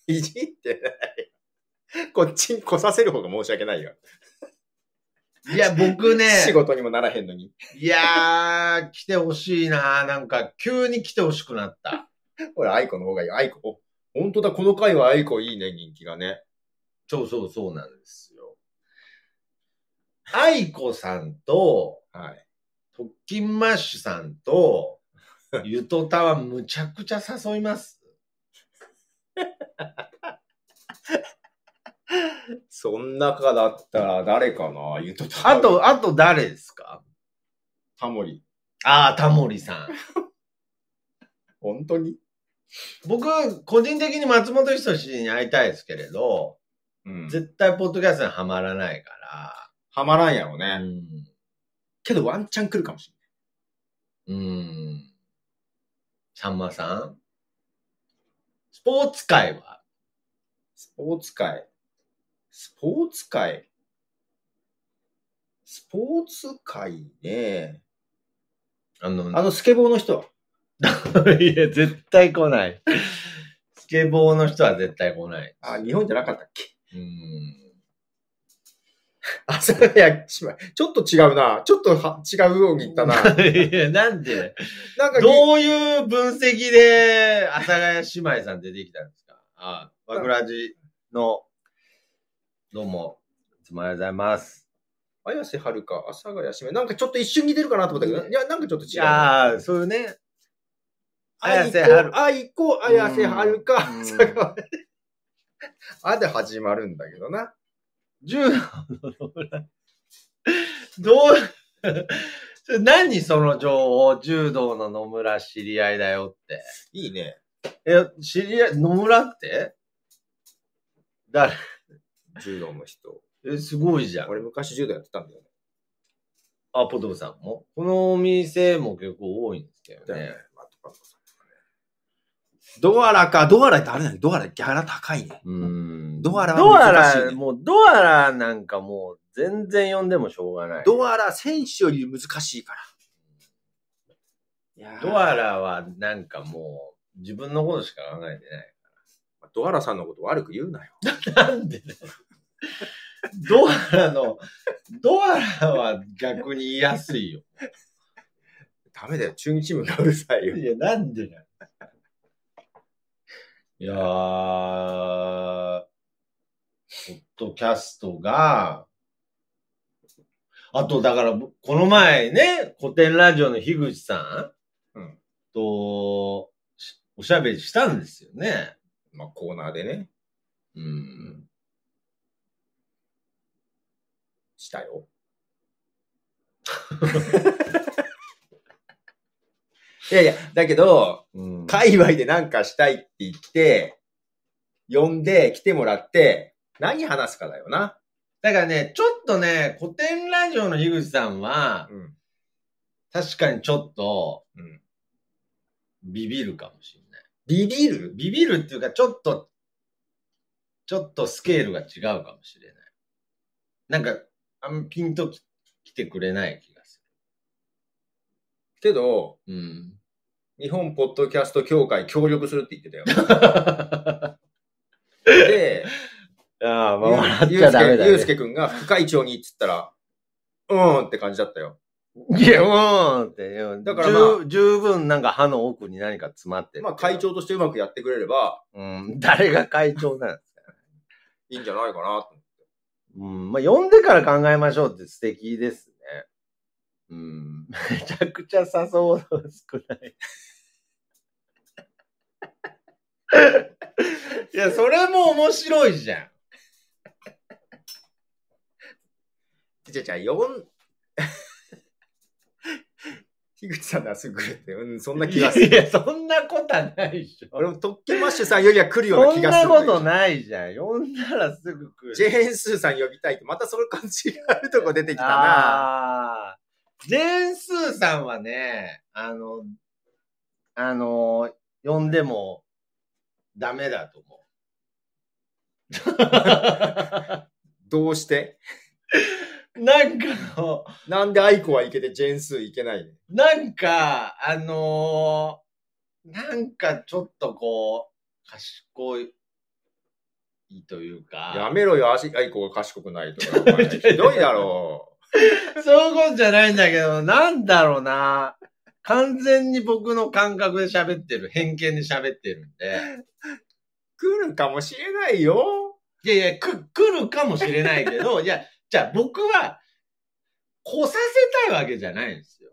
Speaker 2: いじってない。 こっちに来させる方が申し訳ないよ。
Speaker 1: いや、僕ね、
Speaker 2: 仕事にもならへんのに。
Speaker 1: いやー、来てほしいななんか、急に来てほしくなった。
Speaker 2: ほら、アイコの方がいい。アイコ。お本当だ、この回はアイコいいね、人気がね。
Speaker 1: そうそうそうなんですよ。愛子さんと、
Speaker 2: はい。
Speaker 1: 特勤マッシュさん と、ゆとたはむちゃくちゃ誘います。
Speaker 2: そん中だったら誰かなゆとた。
Speaker 1: あ、と、あと誰ですか
Speaker 2: タモリ。
Speaker 1: ああ、タモリさん。
Speaker 2: 本当に
Speaker 1: 僕、個人的に松本人志に会いたいですけれど、
Speaker 2: うん
Speaker 1: 絶対ポッドキャストにはまらないか
Speaker 2: はまらんやろ
Speaker 1: ら。う
Speaker 2: ね。
Speaker 1: ん。
Speaker 2: けどワンチャン来るかもし
Speaker 1: うん。さんまさんスポーツ界は
Speaker 2: れない。スポーツ界。スポーツ界。スポーツ界ね。
Speaker 1: あの、
Speaker 2: あの、スケボーの人は。
Speaker 1: いや、絶対来ない。スケボーの人は絶対来ない。
Speaker 2: あ、日本じゃなかったっけ
Speaker 1: うん。
Speaker 2: あ、そういや、しまいちょっと違うな。ちょっとは違うように行ったな。なんか、
Speaker 1: いや、なんでどういう分析で、阿佐ヶ谷姉妹さん出てきたんですかあ、わくらじの、どうも、いつもありがとうございます。
Speaker 2: 綾瀬はるか、阿佐ヶ谷姉妹。なんかちょっと一瞬似てるかなと思ったけど、いや、なんかちょっと
Speaker 1: い
Speaker 2: 違う。
Speaker 1: やー、そういうね。綾
Speaker 2: 綾
Speaker 1: 瀬
Speaker 2: 瀬
Speaker 1: は
Speaker 2: は
Speaker 1: る
Speaker 2: る。愛子、綾瀬はるか
Speaker 1: うん、
Speaker 2: 佐川。あで始まるんだけどな。
Speaker 1: 柔道の裏どう、 それ何その情報、柔道の野村知り合いだよって。
Speaker 2: いいね。
Speaker 1: え、知り合い、野村って誰
Speaker 2: 柔道の人。
Speaker 1: え、すごいじゃん。
Speaker 2: 俺昔柔道やってたんだよね。
Speaker 1: あ、ポトフさんもこのお店も結構多いんですけどね。
Speaker 2: ドアラか、ドアラ誰だドアラギャラ高いね。
Speaker 1: うーん。
Speaker 2: ドアラ
Speaker 1: ドア
Speaker 2: は難しいね
Speaker 1: ラ、もうドアラなんかもう全然呼んでもしょうがない。
Speaker 2: ドアラ選手より難しいから。いやー
Speaker 1: ドアラはなんかもう自分のことしか考えてない。
Speaker 2: ドアラさんのこと悪く言うなよ。
Speaker 1: なんでだよドアラの、ドアラは逆に言いやすいよ。
Speaker 2: ダメだよ。中日ムがうるさいよ。
Speaker 1: いや、なんでだよいやー、ポッドキャストが、あと、だから、この前ね、古典ラジオの樋口さん、
Speaker 2: うん
Speaker 1: と、しおしゃべりしたんですよね。
Speaker 2: まあコーナーでね、
Speaker 1: うん。
Speaker 2: した よ。いやいや、だけど、
Speaker 1: うん、
Speaker 2: 界隈でなんかしたいって言って、呼んで来てもらって、何話すかだよな。
Speaker 1: だからね、ちょっとね、古典ラジオの樋口さんは、
Speaker 2: ん。
Speaker 1: 確かにちょっと
Speaker 2: うん。
Speaker 1: ビビるかもしれない。
Speaker 2: ビビる
Speaker 1: ビビるっていうか、ちょっと、ちょっとスケールが違うかもしれない。なんか、あんまピンとき来てくれない気がす
Speaker 2: けど、
Speaker 1: る。 うん。
Speaker 2: 日本ポッドキャスト協会協力するって言ってたよ。 で、
Speaker 1: ああ、
Speaker 2: ゆうすけ、ゆうすけくんが副会長にっつったら、うーんって感じだったよ。
Speaker 1: いや、うーんって。うん
Speaker 2: だからまあ
Speaker 1: 十十分なんか歯の奥に何か詰まってる。
Speaker 2: まあ会。長としてうまくやってくれれば
Speaker 1: うん、誰が会長なんですか。
Speaker 2: いいんじゃないかなと。
Speaker 1: うん、まあ呼んでから考えましょうって素敵ですね。うん、めちゃくちゃ誘うの少ない。いや、それも面白いじゃん。
Speaker 2: じゃじゃ、呼ん、 樋口さんならすぐ来るって、うん、そんな 気がす
Speaker 1: い
Speaker 2: る。
Speaker 1: や、そんなことはないでしょ。
Speaker 2: 俺も特権マッシュさんよりは来るような
Speaker 1: そん
Speaker 2: 気がす
Speaker 1: な
Speaker 2: る。
Speaker 1: ことないじゃん。呼んだらすぐ来る。
Speaker 2: ジェーンスーさん呼びたいって、またその感じがあるとこ出てきたな。
Speaker 1: ああー。ジェーンスーさんはね、あの、あの、呼んでもダメだと思う。
Speaker 2: どうして
Speaker 1: なんかの、
Speaker 2: なんでアイコはいけてジェーンスーいけないの
Speaker 1: なんか、あのーなんかちょっとこう、賢いという
Speaker 2: や
Speaker 1: か、
Speaker 2: めろよ、アシアイコが賢くないとか。お 前ひどいだろ
Speaker 1: そういうことじゃないんだけど、なんだろうな。完全に僕の感覚で喋ってる、偏見で喋ってるんで。
Speaker 2: う。来るかもしれないよ。
Speaker 1: いやいや、く、来るかもしれないけど、いや、じゃあ僕は、来させたいわけじゃないんですよ。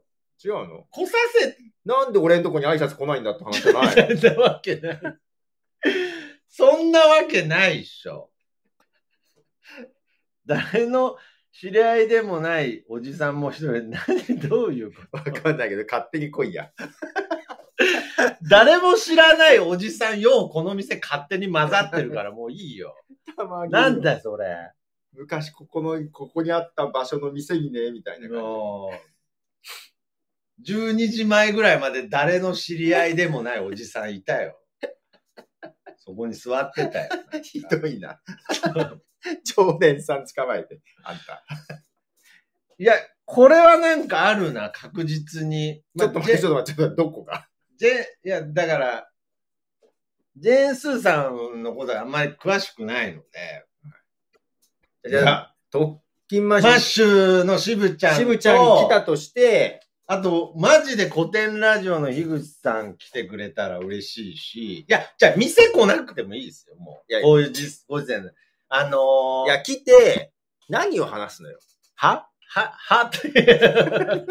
Speaker 2: 違うの
Speaker 1: 来させ
Speaker 2: なんで俺んとこに挨拶来ないんだって話じゃない の
Speaker 1: たわけない。そんなわけないっしょ。誰の知り合いでもないおじさんも一人、何、どういうこ
Speaker 2: わかんないけど、勝手に来いや。
Speaker 1: と誰も知らないおじさんようこの店勝手に混ざってるからもういいよ。なんだよそれ。
Speaker 2: 昔ここの、ここにあった場所の店にね、みたいな感じ。
Speaker 1: もう、12時前ぐらいまで誰の知り合いでもないおじさんいたよ。そこに座ってたよ。
Speaker 2: ひどいな。常連さん捕まえて、あんた。
Speaker 1: いや、これはなんかあるな、確実に。
Speaker 2: ちょっと待って、
Speaker 1: ジ
Speaker 2: ち
Speaker 1: ェ
Speaker 2: ょっと待って、ちょっと待ってどこが
Speaker 1: ジェいや、だから、ジェーンスーさんのことはあんまり詳しくないので。
Speaker 2: じゃあ、特勤マ
Speaker 1: マッシュの渋ちゃんと、
Speaker 2: 渋ちゃん来たとして、
Speaker 1: あと、マジで古典ラジオの樋口さん来てくれたら嬉しいし、いや、じゃあ店来なくてもいいですよ、もう。
Speaker 2: いや
Speaker 1: こういう実ご時世の。あのー、
Speaker 2: いや、来て、何を話すのよ。
Speaker 1: はは、 はって。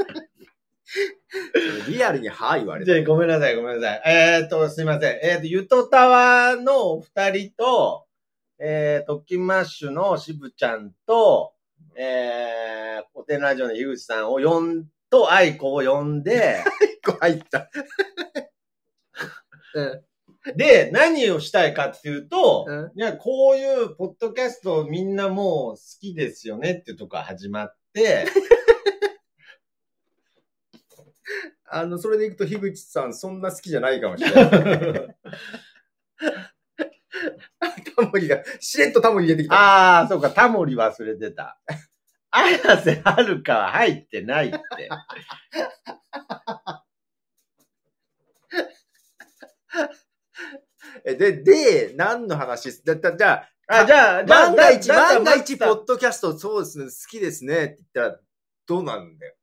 Speaker 2: リアルに、は言われ
Speaker 1: じゃあ
Speaker 2: て。
Speaker 1: ごめんなさい、ごめんなさい。えー、っと、すいません。えー、っと、ゆとたわのお二人と、えー、ときマッシュの渋ちゃんと、えー、古典ラジオの樋口さんを呼ん、と愛子を呼んで、
Speaker 2: 入った。
Speaker 1: で、何をしたいかっていうと、
Speaker 2: う
Speaker 1: い
Speaker 2: ん
Speaker 1: や、こういうポッドキャストみんなもう好きですよねっていうとこが始ま って、
Speaker 2: あの、それでいくと、樋口さん、そんな好きじゃないかもしれない。タモリが、しれっとタモリ出てきた。
Speaker 1: あー、そうか、タモリ忘れてた。 綾瀬はるかは入ってないっ て。
Speaker 2: えで、で、何の話すだだじゃ
Speaker 1: あ、じゃあ、
Speaker 2: あ、
Speaker 1: じゃあ
Speaker 2: 万が一、
Speaker 1: だだ
Speaker 2: 万が一、ポ
Speaker 1: だ
Speaker 2: ッドキャスト、そうですね、好きですね、って言ったら、どうなんだよ。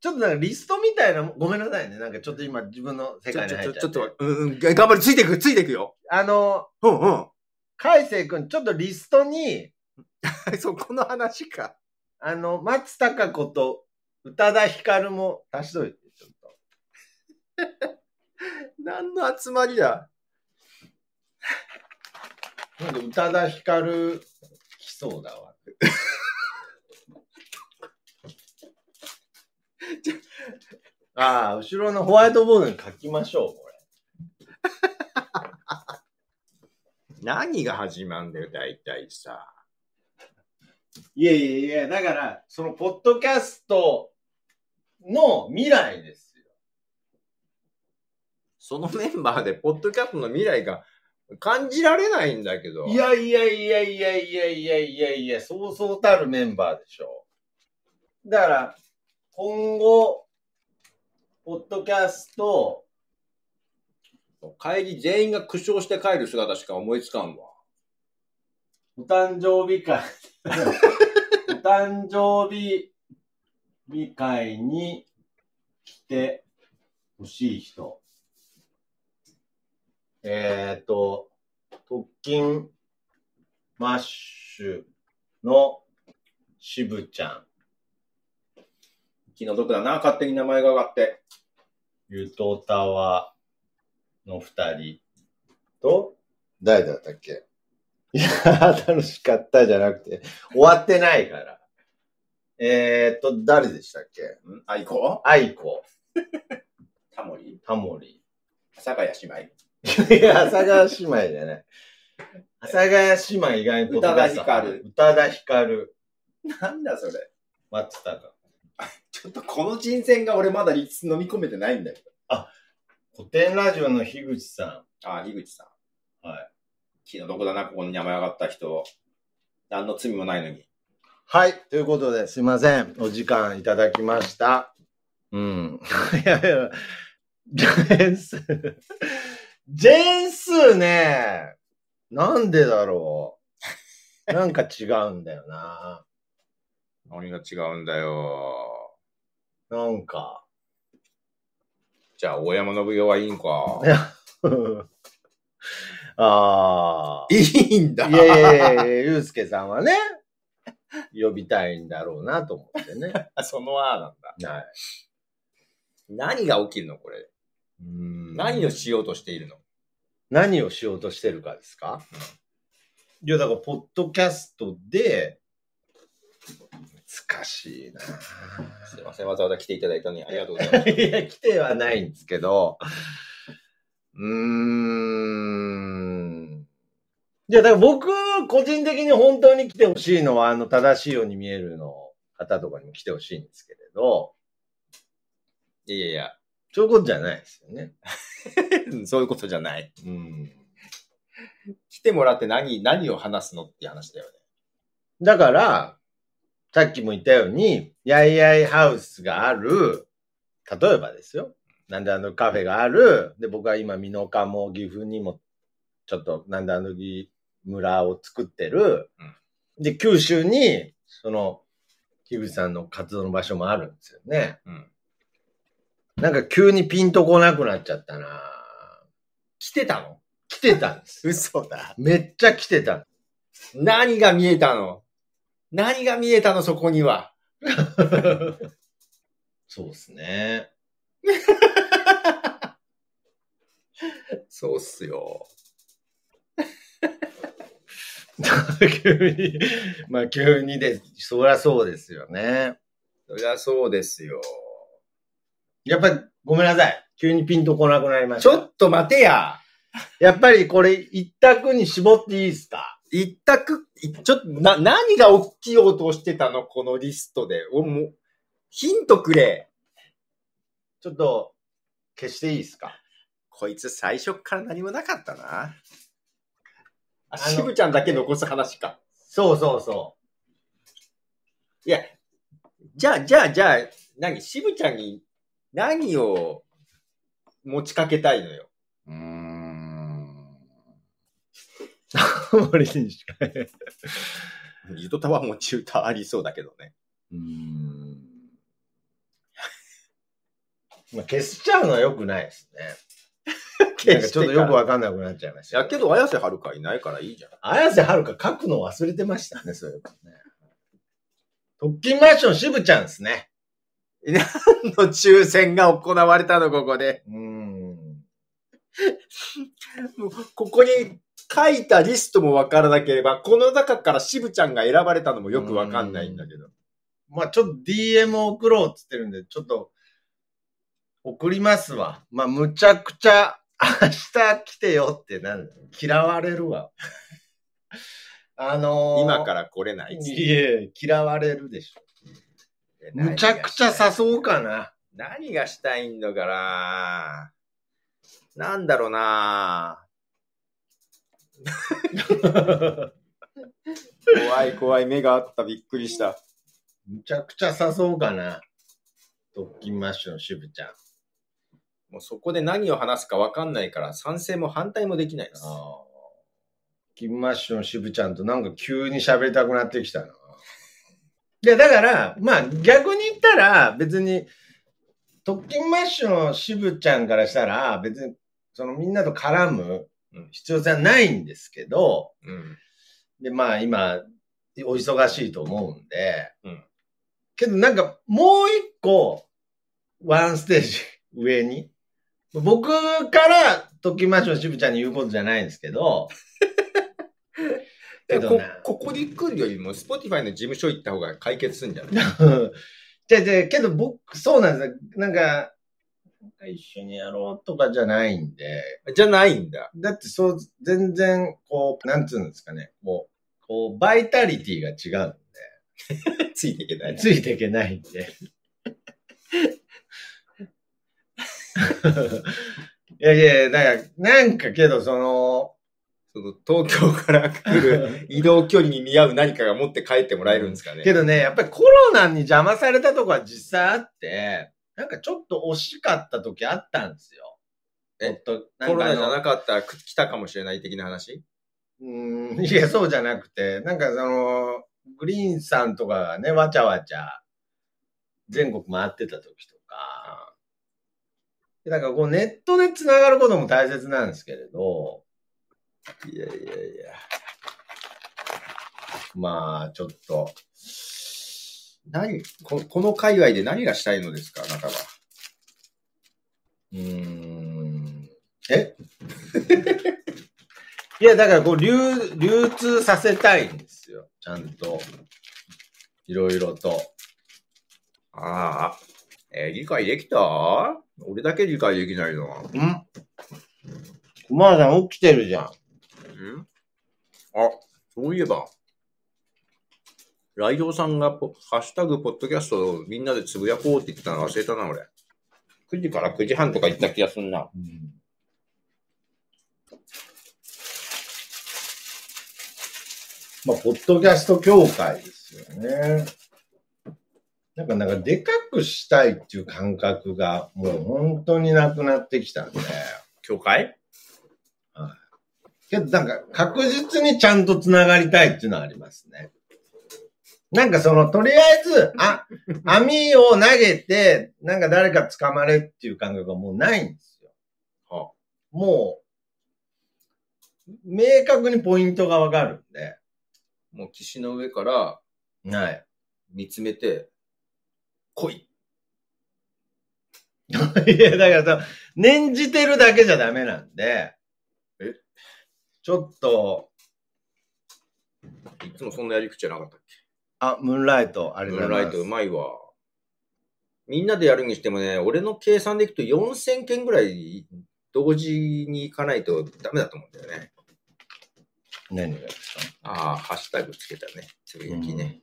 Speaker 1: ちょっとなんかリストみたいなも、ごめんなさいね。なんかちょっと今自分の世
Speaker 2: ちょ、
Speaker 1: 界
Speaker 2: ち
Speaker 1: に入っ
Speaker 2: ょ、
Speaker 1: ち
Speaker 2: ち
Speaker 1: ゃ
Speaker 2: ょ
Speaker 1: っ
Speaker 2: ちょ
Speaker 1: て。
Speaker 2: っと、うん、うん頑張る、ついてく、ついてくよ。
Speaker 1: あの、
Speaker 2: うん、うん。
Speaker 1: 海星くん、ちょっとリストに、
Speaker 2: そこの話か。
Speaker 1: あの、松たか子と宇多田ヒカルも足しといて、ちょっと。
Speaker 2: 何の集まりだ。
Speaker 1: なんか宇多田ヒカル来そうだわ。ああ、後ろのホワイトボードに書きましょう、こ
Speaker 2: 何が始まるんだよ、大体さ。
Speaker 1: れ。いやいやいや、だから、そのポッドキャストの未来ですよ。
Speaker 2: そのメンバーで、ポッドキャストの未来が感じられないんだけど。
Speaker 1: いやいやいやいやいやいやいやいや、そうそうたるメンバーでしょ。だから、今後、ポッドキャスト、
Speaker 2: 帰り全員が苦笑して帰る姿しか思いつかんわ。
Speaker 1: お誕生日会、お誕生日日会に来てほしい人。えっ、ー、と、特勤マッシュのしぶちゃん、
Speaker 2: 気の毒だな、勝手に名前が上がって。
Speaker 1: ゆとたわの二人と、誰だったっけいや、楽しかったじゃなくて、終わってないから。えーっと、誰でしたっけ
Speaker 2: んあいこ
Speaker 1: 愛子、
Speaker 2: タモリ
Speaker 1: タモリ。
Speaker 2: 坂谷姉
Speaker 1: いや、阿佐ヶ谷姉妹じゃない。阿佐ヶ谷姉妹以外に
Speaker 2: 宇多田ヒカル
Speaker 1: 宇多田ヒカル、
Speaker 2: 妹。なんだそれ。
Speaker 1: 松たか。
Speaker 2: ちょっとこの人選が俺まだ立飲み込めてないんだけ
Speaker 1: 古典ラジオの樋口さ
Speaker 2: ど。あ、樋口さん。
Speaker 1: はい。
Speaker 2: 気の毒だな、ここに名前上がった人。何の罪もないのに。
Speaker 1: ん。はい。ということで、すいません。お時間いただきました。うん。 いやいや、ジェーンスー。ジェーンスーね。なんでだろう。なんか違うんだよな。
Speaker 2: 何が違うんだよ。
Speaker 1: なんか。
Speaker 2: じゃあ、大山信代はいいんか
Speaker 1: い。や、ああ。
Speaker 2: いいんだ
Speaker 1: いやいやいやいや、ゆうすけさんはね、呼びたいんだろうなと思ってね。は
Speaker 2: そのあなんだ。
Speaker 1: い。
Speaker 2: 何が起きるのこれ。何をしようとしているの
Speaker 1: 何をしようとしてるかですかいや、だから、ポッドキャストで、難しいな。
Speaker 2: すいません、わざわざ来ていただいたのにありがとうございます。
Speaker 1: いや、来てはないんですけど、うーん。いや、だから僕、個人的に本当に来てほしいのは、あの、正しいように見えるの方とかにも来てほしいんですけれど、
Speaker 2: いやいや
Speaker 1: そういうことじゃないですよね。
Speaker 2: いや、そういうことじゃない。
Speaker 1: うん
Speaker 2: 来てもらって何、何を話すのっていう話だよね。
Speaker 1: だから、さっきも言ったように、やいやいハウスがある、例えばですよ。なんであのカフェがある、で、僕は今、美濃加も岐阜にも、ちょっと、なんであのぎ村を作ってる。で、九州に、その、樋口さんの活動の場所もあるんですよね。
Speaker 2: うん
Speaker 1: なんか急にピンとこなくなっちゃったな
Speaker 2: 来てたの
Speaker 1: 来てたんです。
Speaker 2: 嘘だ。
Speaker 1: めっちゃ来てたん
Speaker 2: 何が見えたの何が見えたのそこには。
Speaker 1: そうですね。
Speaker 2: そうっすよ。
Speaker 1: 急に、まあ急にです。そりゃそうですよね。
Speaker 2: そりゃそうですよ。
Speaker 1: やっぱり、ごめんなさい。急にピンとこなくなりまし
Speaker 2: ち
Speaker 1: た。
Speaker 2: ょっと待てや。
Speaker 1: やっぱりこれ一択に絞っていいですか
Speaker 2: 一択、いちょっと、な、何が起きようとしてたのこのリストで。お、もう、ヒントくれ。
Speaker 1: ちょっと、消していいですか
Speaker 2: こいつ最初から何もなかったな。あ、
Speaker 1: あの
Speaker 2: しぶちゃんだけ残す話か。
Speaker 1: そうそうそ
Speaker 2: いや、じゃあ、じゃあ、じゃあ、何、しぶちゃんに何を持ちかけたいのよ。
Speaker 1: う。うーん。森にしか。う
Speaker 2: ゆとたは持ち歌ありそうだけどね。
Speaker 1: ーん。 まあ、消しちゃうのは良くないですね。なんかちょっとよくわかんなくなっちゃいまし
Speaker 2: い
Speaker 1: た。
Speaker 2: やけど、綾瀬はるかいないからいいじゃん。
Speaker 1: 綾瀬はるか書くの忘れてましたね、そういうことね。特勤マンションしぶちゃんですね。
Speaker 2: の抽選が行われたの、ここで。
Speaker 1: うん。
Speaker 2: もうここに書いたリストもわからなければ、この中からしぶちゃんが選ばれたのもよくわかんないんだけど。
Speaker 1: まあちょっと DM を送ろうっつってるんで、ちょっと送りますわ。まあむちゃくちゃ 明日来てよってなんだ嫌われるわ。 あのー、。
Speaker 2: 今からら来れないっつって
Speaker 1: いえ、嫌われるでしょ。むちゃくちゃ誘うかな。
Speaker 2: 何がしたいんだから。なんだろうな怖い怖い、目があった、びっくりした。
Speaker 1: むちゃくちゃ誘そうかな。ドッキンマッシュのしぶちゃん。あ
Speaker 2: もうそこで何を話すか分かんないから、賛成も反対もできないです。
Speaker 1: あ。ドッキンマッシュのしぶちゃんとなんか急に喋りたくなってきたな。いや、だから、まあ逆に言ったら別に、ドッキンマッシュのしぶちゃんからしたら別にそのみんなと絡む必要性はないんですけど、
Speaker 2: うん。
Speaker 1: で、まあ今、お忙しいと思うんで、
Speaker 2: うん
Speaker 1: けどなんかもう一個、ワンステージ上に、僕から、ときましょう、渋ちゃんに言うことじゃないんですけ ど、け
Speaker 2: え
Speaker 1: ど
Speaker 2: こ
Speaker 1: な、
Speaker 2: ここに来るよりも、Spotify の事務所行った方が解決するんじゃない
Speaker 1: じゃあじゃあけど僕、そうなんですよ。なんか、なんか一緒にやろうとかじゃないんで、
Speaker 2: じゃないんだ。
Speaker 1: だってそう、全然、こう、なんつうんですかね、こう、こう、バイタリティが違うん
Speaker 2: ついていけな
Speaker 1: で、
Speaker 2: い。
Speaker 1: ついていけないんで。 いやいや、だから、なんかけど、そ の、
Speaker 2: その東京から来る移動距離に見合う何かが持って帰ってもらえるんですかね。
Speaker 1: けどね、やっぱりコロナに邪魔されたとこは実際あって、なんかちょっと惜しかった時あったんですよ。
Speaker 2: え
Speaker 1: ほんと
Speaker 2: コロナじゃ
Speaker 1: く
Speaker 2: なかったらく来たかもしれない的な話
Speaker 1: うーんいや、そうじゃなくて、なんかその、グリーンさんとかがね、わちゃわちゃ、全国回ってた時とか、でなんかこうネットで繋がることも大切なんですけれど、
Speaker 2: いやいやいや。
Speaker 1: まあ、ちょっと、
Speaker 2: 何ここの界隈で何がしたいのですかあなたは。
Speaker 1: うーん、え いや、だからこう流、流通させたいんですよ。ちゃんと、いろいろと。
Speaker 2: ああ。えー理解できた俺だけ理解できないな。ん
Speaker 1: ん熊田さん起きてるじゃん。
Speaker 2: あ、そういえば。ライドウさんがポハッシュタグポッドキャストをみんなでつぶやこうって言ってたの忘れたな、俺。9時から9時半とか言った気がすんな。
Speaker 1: まあ、ポッドキャスト協会ですよね。なんか、なんか、でかくしたいっていう感覚が、もう本当になくなってきたんで。
Speaker 2: 教会
Speaker 1: けど、なんか、確実にちゃんと繋がりたいっていうのはありますね。なんか、その、とりあえず、 あ、網を投げて、なんか誰か捕まれっていう感覚がもうないんですよ。
Speaker 2: は
Speaker 1: もう、明確にポイントがわかるんで。
Speaker 2: もう岸の上から
Speaker 1: はい。
Speaker 2: 見つめて、来い
Speaker 1: いや、だからさ、念じてるだけじゃダメなんで。
Speaker 2: え
Speaker 1: ちょっと、
Speaker 2: いつもそんなやり口じゃなかったっ
Speaker 1: あ、ムーンライト、あ
Speaker 2: け
Speaker 1: り
Speaker 2: ム
Speaker 1: が
Speaker 2: ー
Speaker 1: とう
Speaker 2: ン
Speaker 1: ご
Speaker 2: ラ
Speaker 1: ざいま
Speaker 2: イ
Speaker 1: す。
Speaker 2: トうまいわ。みんなでやるにしてもね、俺の計算でいくと4000件ぐらい同時に行かないとダメだと思うんだよね。
Speaker 1: 何がですか
Speaker 2: ああ、ハッシュタグつけたね。つぶやきね。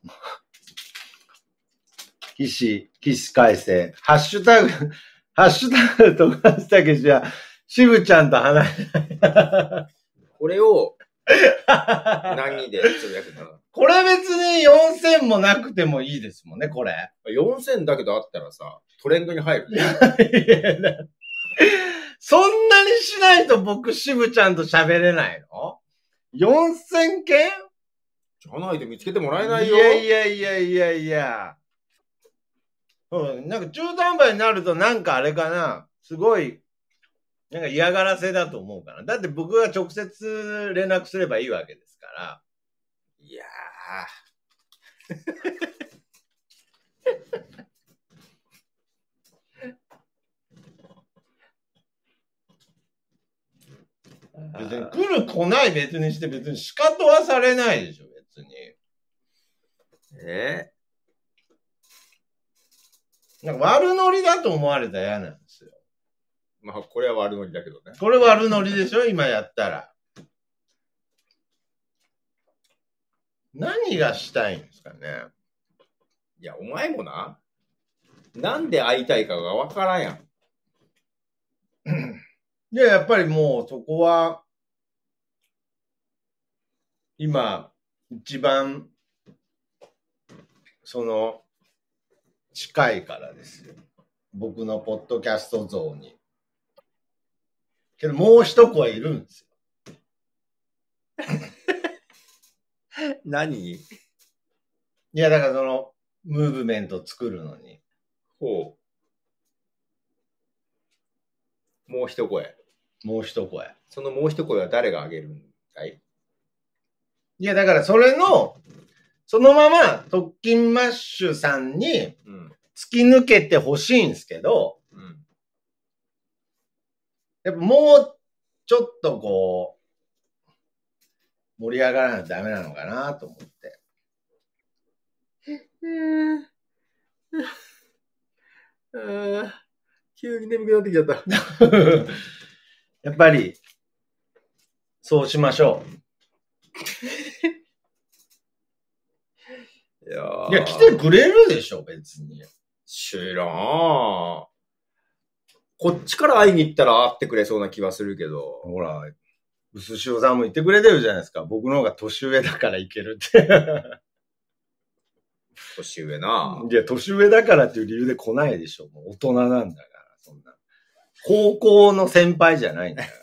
Speaker 1: 騎士、騎士改正。ハッシュタグ、 ハッシュタグ、徳橋武史は、渋ちゃんと話し、
Speaker 2: これを何人でつぶやくんだ ろう
Speaker 1: これ別に4000もなくてもいいですもんね、これ。
Speaker 2: 4000だけどあったらさ、トレンドに入る、ね。
Speaker 1: いやいやそんなにしないと僕、渋ちゃんと喋れないの ?4000 件
Speaker 2: じゃないと見つけてもらえないよ。
Speaker 1: やいやいやいやいや。うん、なんか中途半端になるとなんかあれかな、すごい、なんか嫌がらせだと思うから。だって僕が直接連絡すればいいわけですから。
Speaker 2: いやー
Speaker 1: 別に来る来ない別にして別に仕方はされないでしょ、別に。
Speaker 2: え
Speaker 1: なんか悪ノリだと思われたら嫌なんですよ。
Speaker 2: ーまあ、これは悪ノリだけどね。
Speaker 1: これ悪ノリでしょ今やったら。何がしたいんですかね
Speaker 2: いや、お前もな、なんで会いたいかがわからんやん。
Speaker 1: で、やっぱりもうそこは、今、一番、その、近いからですよ。僕のポッドキャスト像に。けど、もう一声いるんですよ。
Speaker 2: 何
Speaker 1: いや、だからその、ムーブメント作るのに。
Speaker 2: ほう。もう一声。
Speaker 1: もう一声。
Speaker 2: そのもう一声は誰があげるんだい
Speaker 1: いや、だからそれの、そのまま、特勤マッシュさんに
Speaker 2: うん。
Speaker 1: 突き抜けてほしいんですけど、
Speaker 2: うん。
Speaker 1: やっぱもうちょっとこう、盛り上がらないとダメなのかなと思って。
Speaker 2: うん。急に眠くなってきちゃった。
Speaker 1: やっぱり、そうしましょ
Speaker 2: いや
Speaker 1: う。
Speaker 2: ー
Speaker 1: いや、来てくれるでしょ、別に。
Speaker 2: 知らん。こっちから会いに行ったら会ってくれそうな気はするけど。
Speaker 1: ほら、薄潮さんも言ってくれてるじゃないですか。僕の方が年上だからいけるって。
Speaker 2: 年上な。
Speaker 1: いや、年上だからっていう理由で来ないでしょ。もう大人なんだから、そんな。高校の先輩じゃないんだから。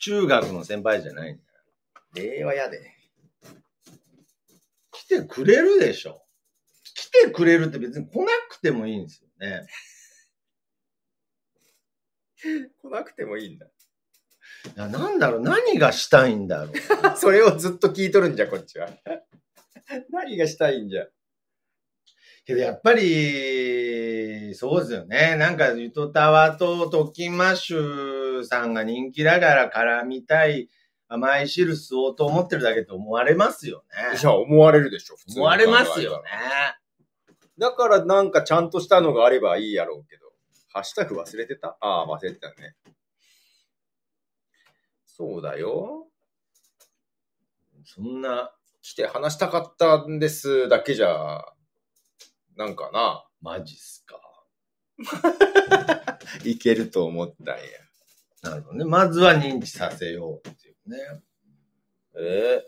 Speaker 1: 中学の先輩じゃないんだから。
Speaker 2: 令和やで。
Speaker 1: 来てくれるでしょ。来てくれるって別に来なくてもいいんですよね。
Speaker 2: 来なくてもいいんだ。
Speaker 1: いやなんだろう、何がしたいんだろう。
Speaker 2: それをずっと聞いとるんじゃ、こっちは。 何がしたいんじゃ。
Speaker 1: けどやっぱり、そうですよね。なんか、ゆとたわとトキマッシュさんが人気だから絡みたい甘い汁吸おうと思ってるだけと思われますよね
Speaker 2: じ。ゃあ思われるでしょ、普通に
Speaker 1: 思われますよね。
Speaker 2: だからなんかちゃんとしたのがあればいいやろうけど。ハッシュタグ忘れてたああ、忘れてたね。そうだよ。
Speaker 1: そんな、
Speaker 2: 来て話したかったんですだけじゃ、なんかな。
Speaker 1: マジっすか。
Speaker 2: いけると思ったんや。
Speaker 1: なるほどね。まずは認知させようっていうね。
Speaker 2: え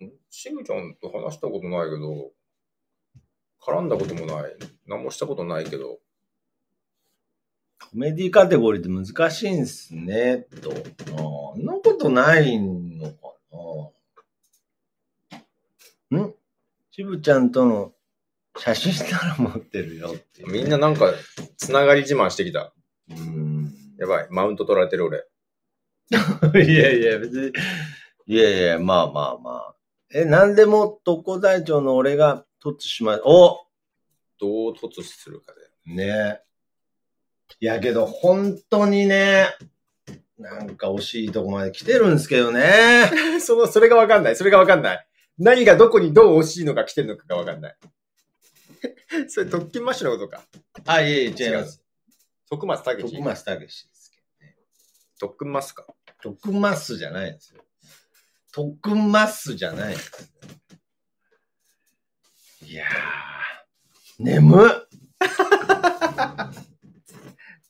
Speaker 2: えしぐちゃんと話したことないけど、絡んだこともない。何もしたことないけど。
Speaker 1: コメディカテゴリーって難しいんすね、と。あーんなことないのかなんしぶちゃんとの写真なら持ってるよっていう。
Speaker 2: みんななんか、つながり自慢してきた。
Speaker 1: うーん。
Speaker 2: やばい、マウント取られてる俺。
Speaker 1: いやいや、別に。いやいや、まあまあまあ。え、なんでも特攻隊長の俺が突しま、お
Speaker 2: どう突するかで。
Speaker 1: ねいやけど、本当にね、なんか惜しいとこまで来てるんですけどね。
Speaker 2: その、それがわかんない。それがわかんない。何がどこにどう惜しいのか来てるのかがわかんない。 それ、特勤マッシュのことか。
Speaker 1: あ、いえいえ、違います。
Speaker 2: 徳松たけし
Speaker 1: 徳。マスタゲシですけ
Speaker 2: 特訓マスか。
Speaker 1: ど。徳マスじゃないんですよ。徳マスじゃないんですよ。いやー、眠っ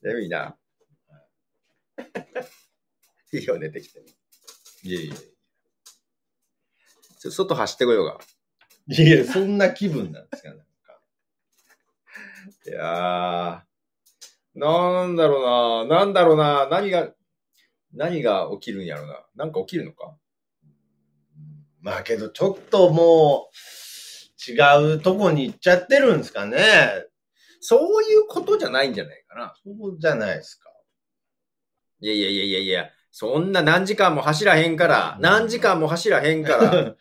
Speaker 2: 眠いな。 いいよ、出てきて。
Speaker 1: いやいや。
Speaker 2: ちょ外走ってこようが。
Speaker 1: いやいや、そんな気分なんですか ね。
Speaker 2: いやー、なんだろうな、なんだろうな、何が、何が起きるんやろな。なんか起きるのか
Speaker 1: まあけど、ちょっともう、違うとこに行っちゃってるんですかね。
Speaker 2: そういうことじゃないんじゃないかな。
Speaker 1: そうじゃないですか。
Speaker 2: いやいやいやいやいや、そんな何時間も走らへんから、何時間も走らへん から、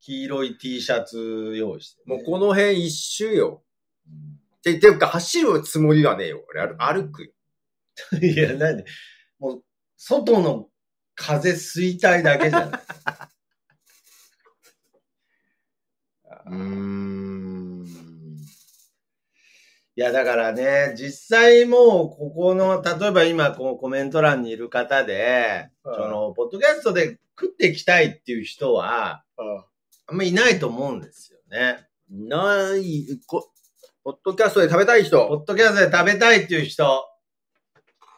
Speaker 1: 黄色い T シャツ用意して、
Speaker 2: もうこの辺一周よ。て、ていうか走るつもりはねえよ。俺歩歩くよ。
Speaker 1: いや、何もう、外の風吸いたいだけじゃない。うーん。いや、だからね、実際もう、ここの、例えば今、このコメント欄にいる方で、
Speaker 2: うん
Speaker 1: その、ポッドキャストで食っていきたいっていう人は、あんまいないと思うんですよね。
Speaker 2: ない、こ、ポッドキャストで食べたい
Speaker 1: ポ
Speaker 2: 人、
Speaker 1: ッドキャストで食べたいっていう人、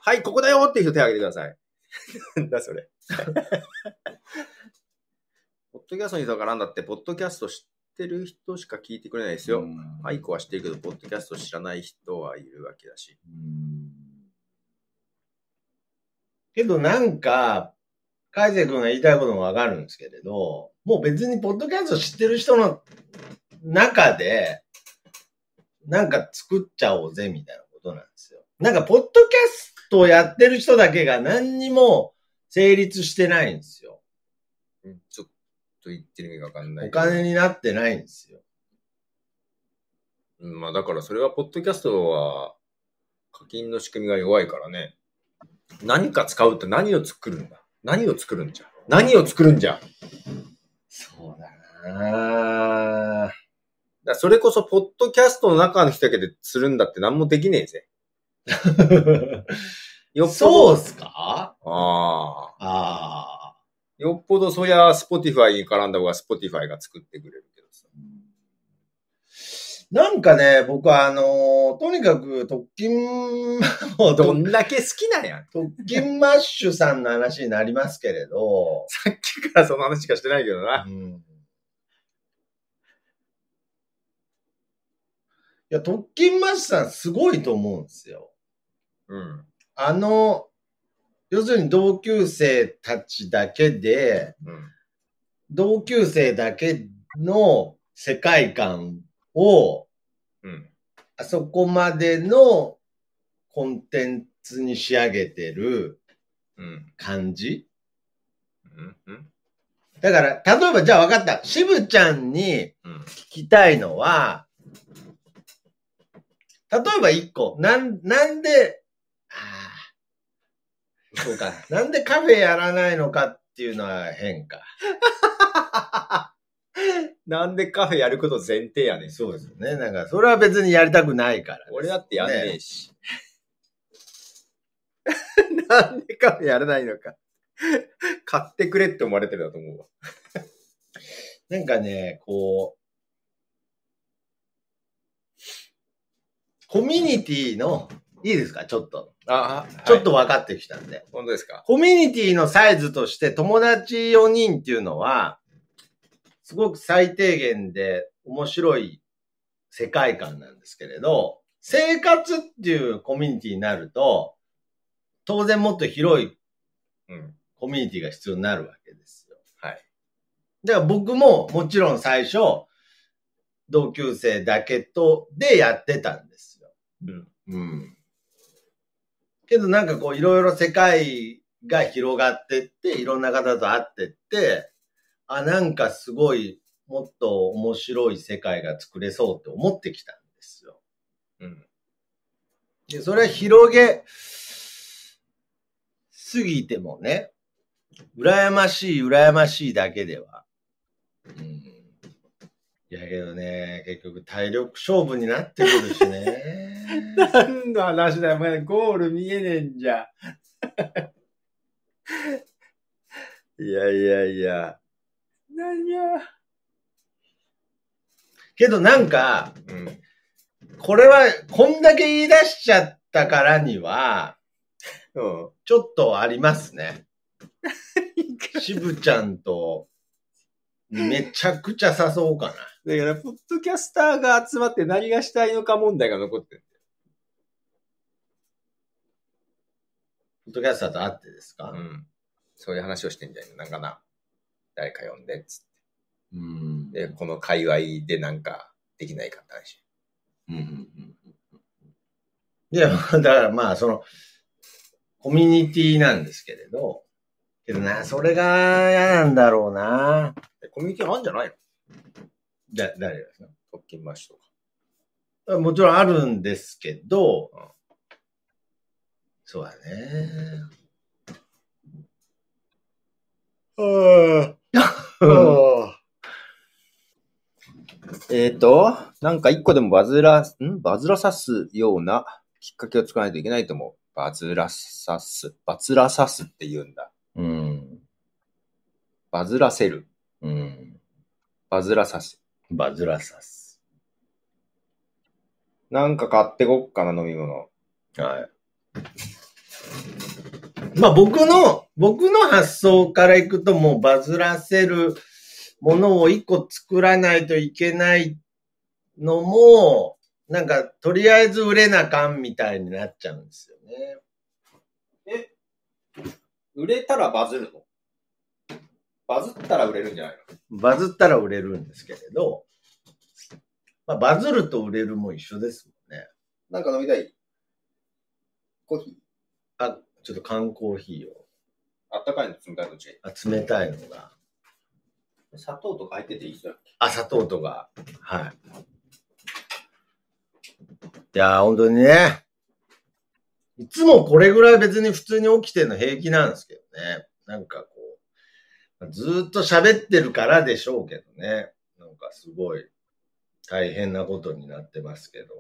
Speaker 2: はい、ここだよっていう人手を挙げてください。 なんだそれ。 ポッドキャストにだからなんだって、ポッドキャスト知ってる人しか聞いてくれないですよ。
Speaker 1: うん
Speaker 2: アイコは知ってるけど、ポッドキャスト知らない人はいるわけだし。
Speaker 1: うんけどなんか、海イ君が言いたいこともわかるんですけれど、もう別にポッドキャスト知ってる人の中で、なんか作っちゃおうぜみたいなことなんですよ。なんか、ポッドキャストをやってる人だけが何にも成立してないんですよ。
Speaker 2: うんちょっと言ってる意味がわかんない
Speaker 1: お
Speaker 2: けど。
Speaker 1: 金になってないんですよ。
Speaker 2: うんまあだからそれは、ポッドキャストは、課金の仕組みが弱いからね。何か使うって何を作るんだ何を作るんじゃ何を作るんじゃだか
Speaker 1: そうだなぁ
Speaker 2: らそれこそ、ポッドキャストの中の人だけでするんだって何もできねえぜ。 よっぽど。
Speaker 1: そうっすか
Speaker 2: ああ。
Speaker 1: ああ。
Speaker 2: よっぽどそりゃ、スポティファイに絡んだ方がスポティファイが作ってくれるけどさ。
Speaker 1: なんかね、僕はあのーとにかく特勤、 もう
Speaker 2: ど
Speaker 1: 特
Speaker 2: んだけ好きなんや。
Speaker 1: 勤マッシュさんの話になりますけれど、
Speaker 2: さっきから その話しかしてないけどな。
Speaker 1: うんいや、特勤マッシュさんすごいと思うんですよ。
Speaker 2: うん。
Speaker 1: あの、要するに同級生たちだけで、
Speaker 2: うん。
Speaker 1: 同級生だけの世界観を
Speaker 2: うん。
Speaker 1: あそこまでのコンテンツに仕上げてる
Speaker 2: うん。
Speaker 1: 感じ
Speaker 2: うん。うん。
Speaker 1: だから、例えばじゃあ分かった。渋ちゃんに
Speaker 2: うん。
Speaker 1: 聞きたいのは、例えば一個、なん、なんで、ああ、そうか。 なんでカフェやらないのかっていうのは変か。
Speaker 2: なんでカフェやること前提やねん。
Speaker 1: そうですよね。なんか、それは別にやりたくないからです。
Speaker 2: 俺だってやんねえし。なんでカフェやらないのか。買ってくれって思われてるだと思うわ。
Speaker 1: なんかね、こう、コミュニティの、いいですかちょっと。
Speaker 2: あ
Speaker 1: ちょっ。と分かってきたんで。
Speaker 2: 本当ですか
Speaker 1: コミュニティのサイズとして友達4人っていうのは、すごく最低限で面白い世界観なんですけれど、生活っていうコミュニティになると、当然もっと広い
Speaker 2: うん。
Speaker 1: コミュニティが必要になるわけですよ。
Speaker 2: はい。
Speaker 1: だから僕ももちろん最初、同級生だけと、でやってたんですよ。
Speaker 2: うん。
Speaker 1: うん。けどなんかこういろいろ世界が広がってって、いろんな方と会ってって、あ、なんかすごい、もっと面白い世界が作れそうって思ってきたんですよ。
Speaker 2: うん。
Speaker 1: で、それは広げすぎてもね、羨ましい、羨ましいだけでは。うん。いやけどね、結局体力勝負になってくるしね。
Speaker 2: 何の話だよ、お前。ゴール見えねえんじゃ。いやいやいや。何や。
Speaker 1: けどなんか、
Speaker 2: うん。
Speaker 1: これは、こんだけ言い出しちゃったからには、
Speaker 2: うん。
Speaker 1: ちょっとありますね。しぶちゃんと、めちゃくちゃ誘おうかな。
Speaker 2: だから、ポッドキャスターが集まって何がしたいのか問題が残ってる。
Speaker 1: ポッドキャスターと会ってですか
Speaker 2: うん。そういう話をしてんじゃないのなんかな。誰か呼んで、つっ
Speaker 1: うん
Speaker 2: て。で、この界隈でなんかできないかって話。
Speaker 1: いや、だからまあ、その、コミュニティなんですけれど、けどな、それが嫌なんだろうな。
Speaker 2: でコミュニティあるんじゃないの
Speaker 1: だ、誰ですか
Speaker 2: 特勤マッシュとか。
Speaker 1: もちろんあるんですけど、
Speaker 2: うん
Speaker 1: そうだね。うん
Speaker 2: えっと、なんか一個でもバズら、んバズらさすようなきっかけを作らないといけないと思う。バズらさす。バズらさすって言うんだ。
Speaker 1: うん。
Speaker 2: バズらせる。
Speaker 1: うん。
Speaker 2: バズらさす。
Speaker 1: バズらさす。
Speaker 2: なんか買ってこっかな、飲み物。
Speaker 1: はまあ僕の、僕の発想からいくともうバズらせるものを一個作らないといけないのも、なんかとりあえず売れなかんみたいになっちゃうんですよね。
Speaker 2: 売れたらバズるのバズったら売れるんじゃない
Speaker 1: バズったら売れるんですけれど、まあバズると売れるも一緒ですもんね。
Speaker 2: のなんか飲みたいコーヒー
Speaker 1: あ、ちょっと缶コーヒーを、
Speaker 2: あったかいの冷たいのどっちがい
Speaker 1: あ冷たいのが、
Speaker 2: い砂糖とか入ってていいじゃん。
Speaker 1: あ、砂糖とか、はい。いやー、本当にね。いつもこれぐらい別に普通に起きてるの平気なんですけどね。なんかこう、ずーっと喋ってるからでしょうけどね。なんかすごい大変なことになってますけど。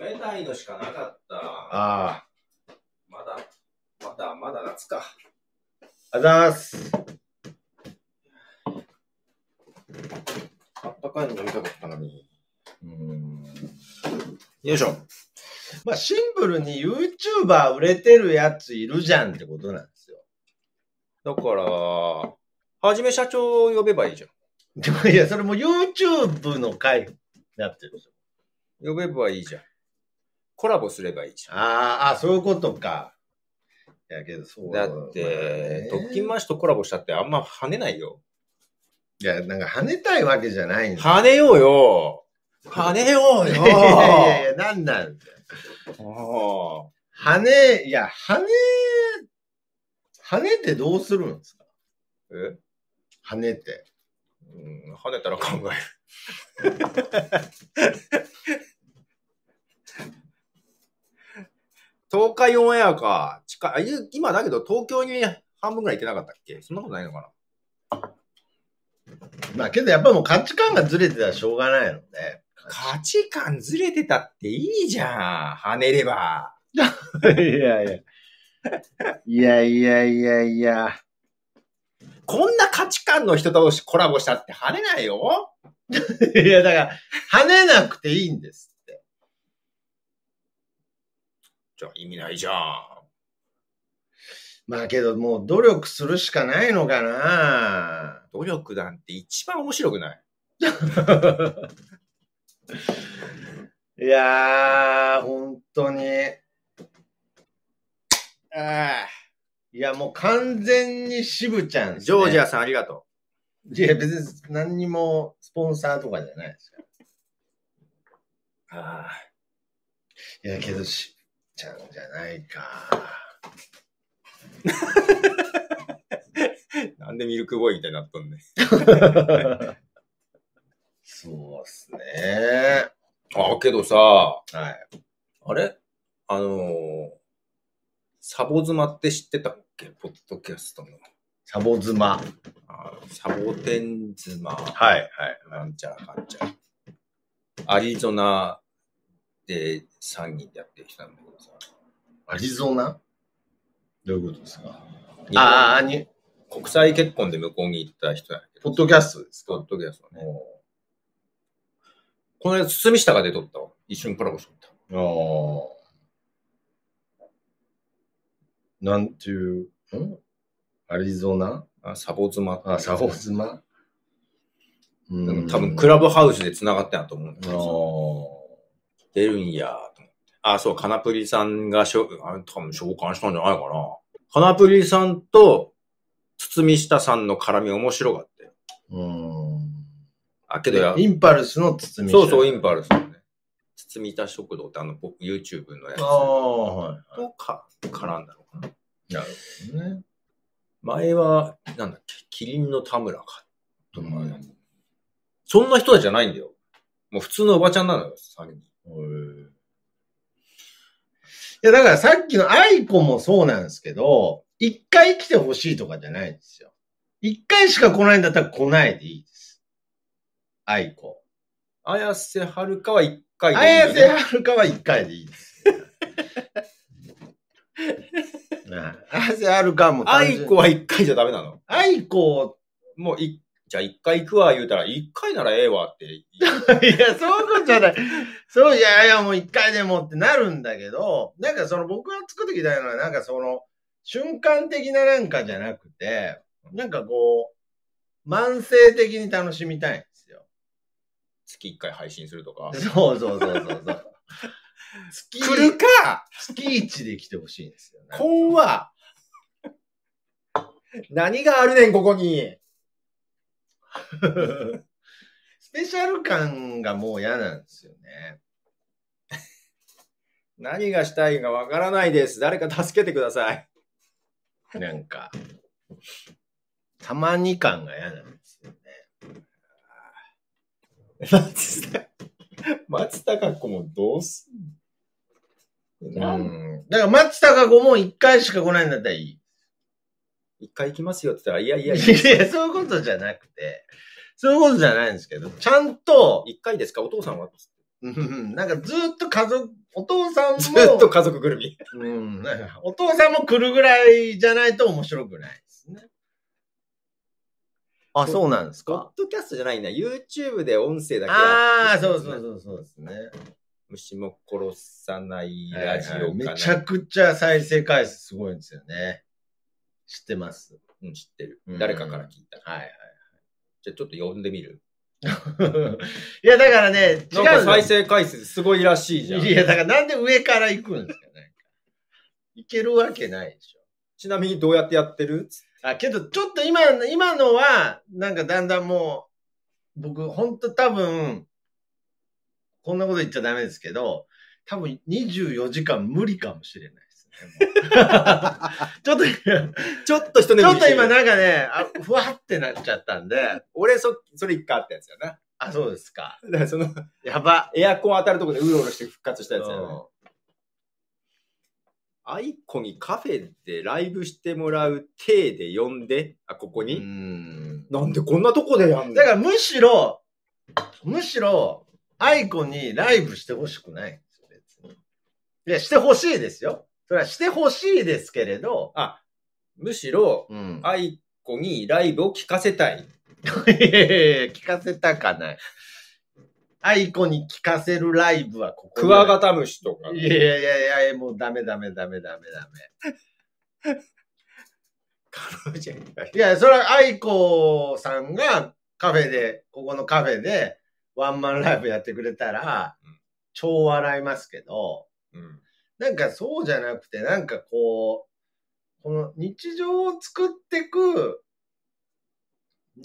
Speaker 2: 冷たいのしかなかった。
Speaker 1: あ
Speaker 2: まだ、まだ、まだ夏か。
Speaker 1: あ、ありがとうございます。
Speaker 2: あったかいの飲みたかったのに。
Speaker 1: うーん
Speaker 2: よいしょ。
Speaker 1: まあシンプルに YouTuber 売れてるやついるじゃんってことなんですよ。
Speaker 2: だから、はじめ社長を呼べばいいじゃん。
Speaker 1: でもいや、それも YouTube の回になってるでしょ
Speaker 2: 呼べばいいじゃん。コラボすればいいじゃん。
Speaker 1: あーあ、そういうことか。いやけど、そう
Speaker 2: だって、
Speaker 1: まあ
Speaker 2: 特
Speaker 1: ね
Speaker 2: 勤マッシュとコラボしたってあんま跳ねないよ。
Speaker 1: いや、なんか跳ねたいわけじゃないんだ
Speaker 2: 跳ねようよ跳ねよう
Speaker 1: い
Speaker 2: よ
Speaker 1: やいやいや、なんなんだよ。
Speaker 2: あ
Speaker 1: 跳ね、いや、跳ね、跳ねってどうするんですか
Speaker 2: ーえ
Speaker 1: 跳ねって。
Speaker 2: うん、跳ねたら考える。東海オンエアか。近いあい今だけど東京に半分ぐらい行ってなかったっけそんなことないのかな
Speaker 1: まあけど、やっぱもう価値観がずれてたらしょうがないの
Speaker 2: 価値観ずれてたっていいじゃん。跳ねれば。
Speaker 1: で。いやいや。いやいやいやいや。
Speaker 2: こんな価値観の人とコラボしたって跳ねないよ。
Speaker 1: いや、だから、跳ねなくていいんですって。
Speaker 2: じゃあ意味ないじゃん。
Speaker 1: まあけど、もう努力するしかないのかな
Speaker 2: 努力なんて一番面白くない。
Speaker 1: いやー、本当に。
Speaker 2: あ
Speaker 1: いや、もう完全に渋ちゃん、
Speaker 2: あ。ジョージ
Speaker 1: ア。
Speaker 2: アさんありがと
Speaker 1: いや、別に何にもスポンサーとかじゃないですか
Speaker 2: う。ああ。
Speaker 1: ら。いや、けど渋ちゃんじゃない か。
Speaker 2: なんでミルクボーイみたいになったんで。
Speaker 1: そうっすね。
Speaker 2: ああ、けどさ、
Speaker 1: はい。
Speaker 2: あれあのーサボ妻って知ってたっけポッドキャストの。
Speaker 1: サボ妻。
Speaker 2: あーサボテン妻。
Speaker 1: はい、はい。
Speaker 2: なんちゃらかんちゃら。アリゾナで3人でやってきたんだけどさ。
Speaker 1: アリゾナどういうことですか
Speaker 2: 日本
Speaker 1: ああ、に、
Speaker 2: 国際結婚で向こうに行った人なんだけど。
Speaker 1: ポッドキャストです
Speaker 2: ポ
Speaker 1: か
Speaker 2: ッドキャストね。この間、堤下が出とったわ。一緒にコラボしとった。
Speaker 1: ああ。なんていう、んアリゾナ
Speaker 2: あサボ妻って
Speaker 1: あ、サボズマう
Speaker 2: で
Speaker 1: ん
Speaker 2: も多分クラブハウスで繋がってんだと思うんだけ
Speaker 1: あ
Speaker 2: どさ。出るんやと思って。あ、そう、カナプリさんがしょ、あ多分召喚したんじゃないかな。カナプリさんと、堤下さんの絡み面白かったよ。
Speaker 1: あ。うん。
Speaker 2: あ、けどや、
Speaker 1: インパルスの包み
Speaker 2: そうそう、イ
Speaker 1: ン
Speaker 2: ンパルスのね。堤下食堂ってあの、僕 YouTube のやつ
Speaker 1: ああ、はい。
Speaker 2: とか、絡んだのかな。
Speaker 1: なるほどね。
Speaker 2: 前は、なんだっけ、キリンの田村か。とか
Speaker 1: うん
Speaker 2: ねそんな人たちじゃないんだよ。もう普通のおばちゃんなのよ、3人。
Speaker 1: いや、だからさっきのアイコもそうなんですけど、一回来てほしいとかじゃないんですよ。一回しか来ないんだったら来ないでいいです。アイコ。
Speaker 2: 綾瀬はるかは1回でいいよ
Speaker 1: 綾
Speaker 2: ね
Speaker 1: 瀬はるかは一回でいいです。はい綾瀬はるかはもう単
Speaker 2: あ
Speaker 1: 純
Speaker 2: いこは1回じゃダメなの
Speaker 1: アイコ
Speaker 2: もうい、じゃあ一回行くわ、言うたら、一回ならええわって言う。
Speaker 1: いや、 そういうことじゃない。そう、いやいや、もう一回でもってなるんだけど、なんかその僕が作ってきたいのは、なんかその、瞬間的ななんかじゃなくて、なんかこう、慢性的に楽しみたいんですよ。
Speaker 2: 月一回配信するとか。
Speaker 1: そうそうそうそう そう。月、
Speaker 2: 来るか
Speaker 1: 月一で来てほしいんですよ、ね。
Speaker 2: こんは何があるねん、ここに。
Speaker 1: スペシャル感がもう嫌なんですよね。
Speaker 2: 何がしたいかわからないです。誰か助けてください。
Speaker 1: なんか、たまに感が嫌なんですよね。
Speaker 2: 松田、松たか子もどうすん
Speaker 1: う
Speaker 2: の
Speaker 1: ん。だから松たか子も一回しか来ないんだったらいい。
Speaker 2: 一回行きますよって言ったら、いやい
Speaker 1: い
Speaker 2: や
Speaker 1: や
Speaker 2: い
Speaker 1: い
Speaker 2: や、
Speaker 1: や、そういうことじゃなくて、そういうことじゃないんですけど、ちゃんと、
Speaker 2: 一回ですかお父さんは
Speaker 1: うんなんかずっと家族、お父さんも、
Speaker 2: ずっと家族ぐるみ。
Speaker 1: うん、なんかお父さんも来るぐらいじゃないと面白くないですね。あ、そうなんです
Speaker 2: ポッ
Speaker 1: か。
Speaker 2: ドキャストじゃないな、YouTube で音声だけ
Speaker 1: ああ、
Speaker 2: や
Speaker 1: そ
Speaker 2: っ
Speaker 1: う
Speaker 2: て
Speaker 1: そうそうそうですね。
Speaker 2: 虫も殺さない
Speaker 1: ラ
Speaker 2: ラジ
Speaker 1: ジ
Speaker 2: オかな
Speaker 1: オめちゃくちゃ再生回数すごいんですよね。知ってます。
Speaker 2: うん知ってる
Speaker 1: う。ん
Speaker 2: 誰かから聞いた。
Speaker 1: はい。
Speaker 2: じゃあちょっと呼んでみる。
Speaker 1: いや、だからね、違うんです
Speaker 2: な
Speaker 1: よ
Speaker 2: んか再生回数すごいらしいじゃん。
Speaker 1: いや、だからなんで上から行くんですかね。行けるわけないでしょ。
Speaker 2: ちなみにどうやってやってる
Speaker 1: あ、けどちょっと今、今のは、なんかだんだんもう、僕、ほんと多分、こんなこと言っちゃダメですけど、多分24時間無理かもしれないですね。 ちょっと、ち
Speaker 2: ちょっと人
Speaker 1: ょっと今なんかね、あふわってなっちゃったんで、
Speaker 2: 俺そ、それ一回あったやつやな。
Speaker 1: あ、そうですか。
Speaker 2: だからその、
Speaker 1: やば。
Speaker 2: エアコン当たるとこでうろうろして復活したやつや
Speaker 1: うん
Speaker 2: な。アイコにカフェでライブしてもらう体で呼んで、あ、ここ
Speaker 1: う
Speaker 2: に。
Speaker 1: ん。
Speaker 2: なんでこんなとこでやんの
Speaker 1: だからむしろ、むしろ、アイコにライブしてほしくないんですよ、別に。いや、してほしいですよ。それはしてほしいですけれど、
Speaker 2: むしろ、
Speaker 1: うん。
Speaker 2: アイコにライブを聞かせたい。
Speaker 1: いやいやいや聞かせたかない。アイコに聞かせるライブはここ
Speaker 2: クワガタムシとか
Speaker 1: タ。いやいやいやいや、もうダメダメダメダメダ
Speaker 2: 彼女に
Speaker 1: メ。いや、それはアイコさんがカフェで、ここのカフェでワンマンライブやってくれたら
Speaker 2: うん、
Speaker 1: 超笑いますけど、
Speaker 2: うん。
Speaker 1: なんかそうじゃなくて、なんかこう、この日常を作ってく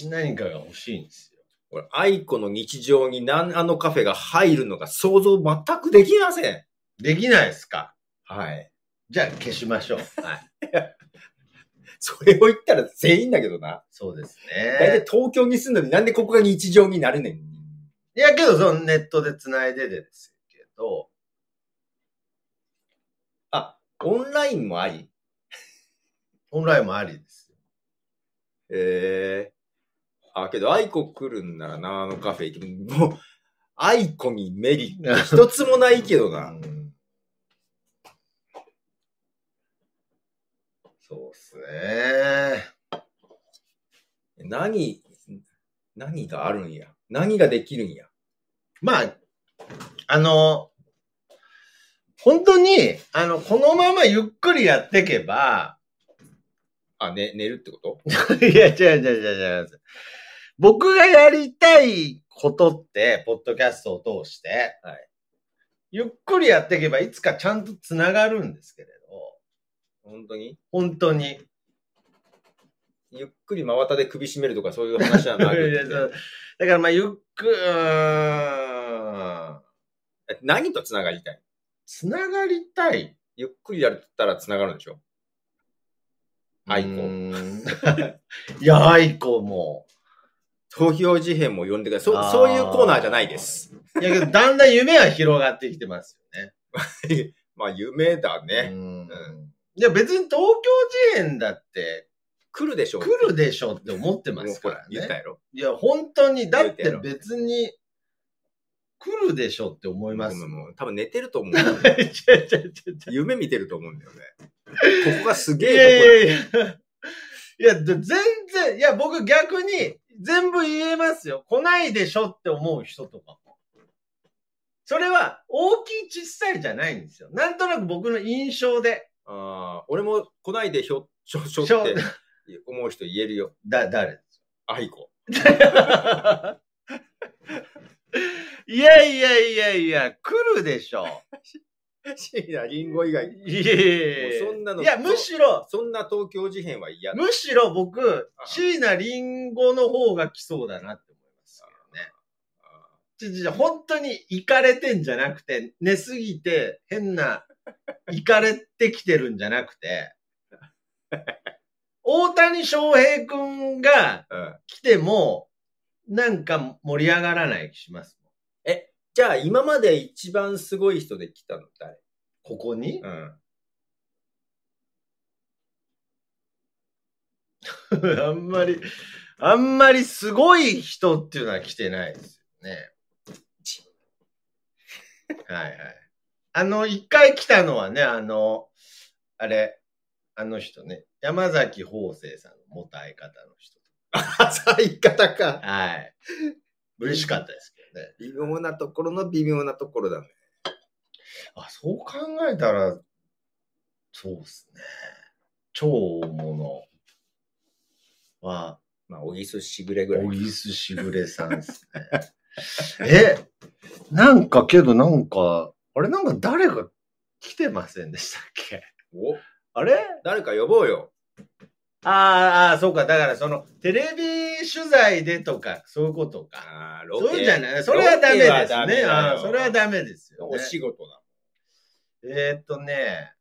Speaker 1: 何かが欲しいんですよ。
Speaker 2: 俺、アイコの日常になんあのカフェが入るのが想像全くできません。
Speaker 1: できないですか
Speaker 2: はい。
Speaker 1: じゃあ消し ましょう。はい。
Speaker 2: それを言ったら全員だけどな。
Speaker 1: そうです
Speaker 2: 大
Speaker 1: ね
Speaker 2: 体。東京に住んだのになんでここが日常になれねん。
Speaker 1: いやけど、そのネットで繋いででですけど、
Speaker 2: あ、オンラインもあり。
Speaker 1: オンラインもありですよ。
Speaker 2: ええあ、けど、アイコ来るんならな、あのカフェ行っても、もう、アイコにメリッ ト一つもないけどな。
Speaker 1: ん、そうっすね。
Speaker 2: 何、何があるんや。何ができるんや。
Speaker 1: まあ、あの、本当に、あの、このままゆっくりやっていけば、
Speaker 2: あ、ね、寝るってこと
Speaker 1: いや、違う違う違う違う。僕がやりたいことって、ポッドキャストを通して、
Speaker 2: はい
Speaker 1: ゆっくりやっていけば、いつかちゃんとつながるんですけれど、
Speaker 2: 本当に
Speaker 1: 本当に。い
Speaker 2: ゆっくり真綿で首絞めるとかそういう話じゃな
Speaker 1: や
Speaker 2: く
Speaker 1: いや
Speaker 2: て
Speaker 1: そうだから、まあ、ゆっくうーん、
Speaker 2: え何と繋がりたい
Speaker 1: つながりたい。
Speaker 2: ゆっくりやったら繋がるんでしょアイコ
Speaker 1: うーん。 いや、アイコも。
Speaker 2: 投票事変も呼んでください。
Speaker 1: あ
Speaker 2: そ
Speaker 1: ー
Speaker 2: そういうコーナーじゃないです。
Speaker 1: いやけど、だんだん夢は広がってきてますよね。
Speaker 2: まあ、夢だね。
Speaker 1: うん
Speaker 2: ん
Speaker 1: いや、別に東京事変だって
Speaker 2: 来るでしょう。
Speaker 1: 来るでしょって思ってま
Speaker 2: もう
Speaker 1: す
Speaker 2: ほ
Speaker 1: からら
Speaker 2: 言った
Speaker 1: ね。
Speaker 2: やろ。
Speaker 1: いや、本当に、だっ
Speaker 2: 言うた
Speaker 1: て
Speaker 2: やろ
Speaker 1: 別に来るでしょって思います
Speaker 2: ごめん
Speaker 1: も
Speaker 2: も
Speaker 1: ん。
Speaker 2: う多分寝てると思う。
Speaker 1: 違う違う違う違う
Speaker 2: 夢見てると思うんだよね。ここがす
Speaker 1: い
Speaker 2: げ
Speaker 1: やい
Speaker 2: え
Speaker 1: やいやいや。いや、全然、いや、僕逆に、全部言えますよ。来ないでしょって思う人とかも。それは、大きい小さいじゃないんですよ。なんとなく僕の印象で。
Speaker 2: ああ、俺も来ないでしょ、しょ、しょっ
Speaker 1: しょ
Speaker 2: て思う人言えるよ。
Speaker 1: だ、誰
Speaker 2: あいこ。
Speaker 1: いやいやいやいや、来るでしょ。
Speaker 2: シーナリンゴ以外。
Speaker 1: いやいやいや
Speaker 2: もうそんなの
Speaker 1: いや、むしろ、
Speaker 2: そんな東京事変は嫌だ。
Speaker 1: むしろ僕、椎名林檎の方が来そうだなって思いますけどね。ちょ、ちょ、本当に行かれてんじゃなくて、寝すぎて変な、行かれてきてるんじゃなくて、大谷翔平くんが
Speaker 2: うん。
Speaker 1: 来ても、なんか盛り上がらない気しますもん。
Speaker 2: じゃあ、今まで一番すごい人で来たの誰
Speaker 1: ここに
Speaker 2: うん。
Speaker 1: あんまり、あんまりすごい人っていうのは来てないですよね。はいはい。あの、一回来たのはね、あの、あれ、あの人ね、山崎邦生さんの元相方の人。
Speaker 2: 朝言い方か。
Speaker 1: はい。嬉しかったですけどね。
Speaker 2: 微妙なところの微妙なところだね。
Speaker 1: あ、そう考えたら、そうっすね。超大物は、
Speaker 2: まあ、おぎすしぐれぐらい
Speaker 1: お。ぎすしぐれさんですね。え、なんかけどなんか、あれなんか誰が来てませんでしたっけ
Speaker 2: お
Speaker 1: あれ
Speaker 2: 誰か呼ぼうよ。
Speaker 1: あーあー、そうか。だからその、テレビ取材でとか、そういうことか。
Speaker 2: ああ、ロケ。
Speaker 1: そうじゃない。それはダメです
Speaker 2: ロケはダメだ
Speaker 1: ね。
Speaker 2: よ
Speaker 1: あーそれはダメですよ、
Speaker 2: お
Speaker 1: ね。
Speaker 2: 仕事だ。
Speaker 1: えー、っとね、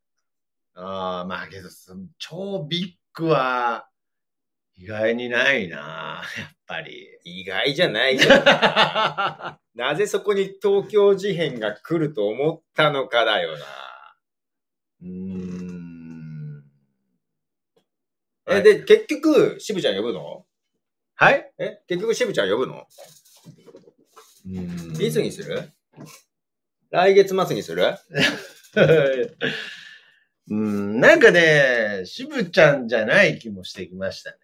Speaker 1: ああ、まあけど、す超ビッグは、意外にないな、やっぱり。
Speaker 2: 意外じゃないじゃん。 なぜそこに東京事変が来ると思ったのかだよな。
Speaker 1: うーん。
Speaker 2: え、
Speaker 1: はい
Speaker 2: で、結局、渋ちゃん呼ぶの
Speaker 1: はい
Speaker 2: え、結局渋ちゃん呼ぶのいつにする来月末にする
Speaker 1: うん、なんかね、しぶちゃんじゃない気もしてきましたね。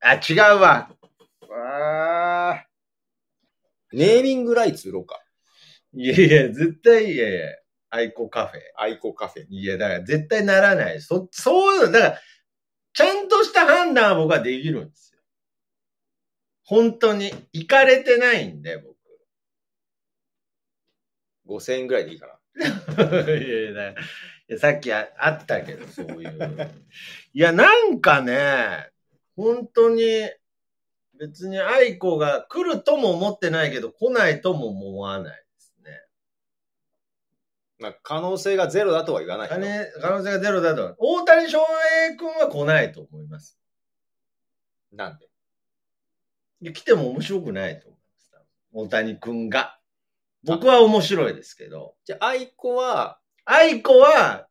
Speaker 1: あ、違うわ。
Speaker 2: わネーミングライツ売ろうか。
Speaker 1: いやいや、絶対いやいや、愛子カフェ。
Speaker 2: 愛好カフェ。
Speaker 1: いや、だから絶対ならない。そ、そういうの、だから、ちゃんとした判断は僕はできるんですよ。本当に、行かれてないんで、僕。
Speaker 2: 5000円ぐらいでいいかな。
Speaker 1: いやいやだからいや、さっきああったけど、そういう。いや、なんかね、本当に、別に愛子が来るとも思ってないけど、来ないとも思わないですね。
Speaker 2: まあ、可能性がゼロだとは言わないけ
Speaker 1: 可
Speaker 2: ど。
Speaker 1: 能可能性がゼロだと。大谷翔平君は来ないと思います。
Speaker 2: なんで
Speaker 1: いや来ても面白くないと思います。大谷君が。僕は面白いですけど、
Speaker 2: じゃあ、愛子は
Speaker 1: 愛子は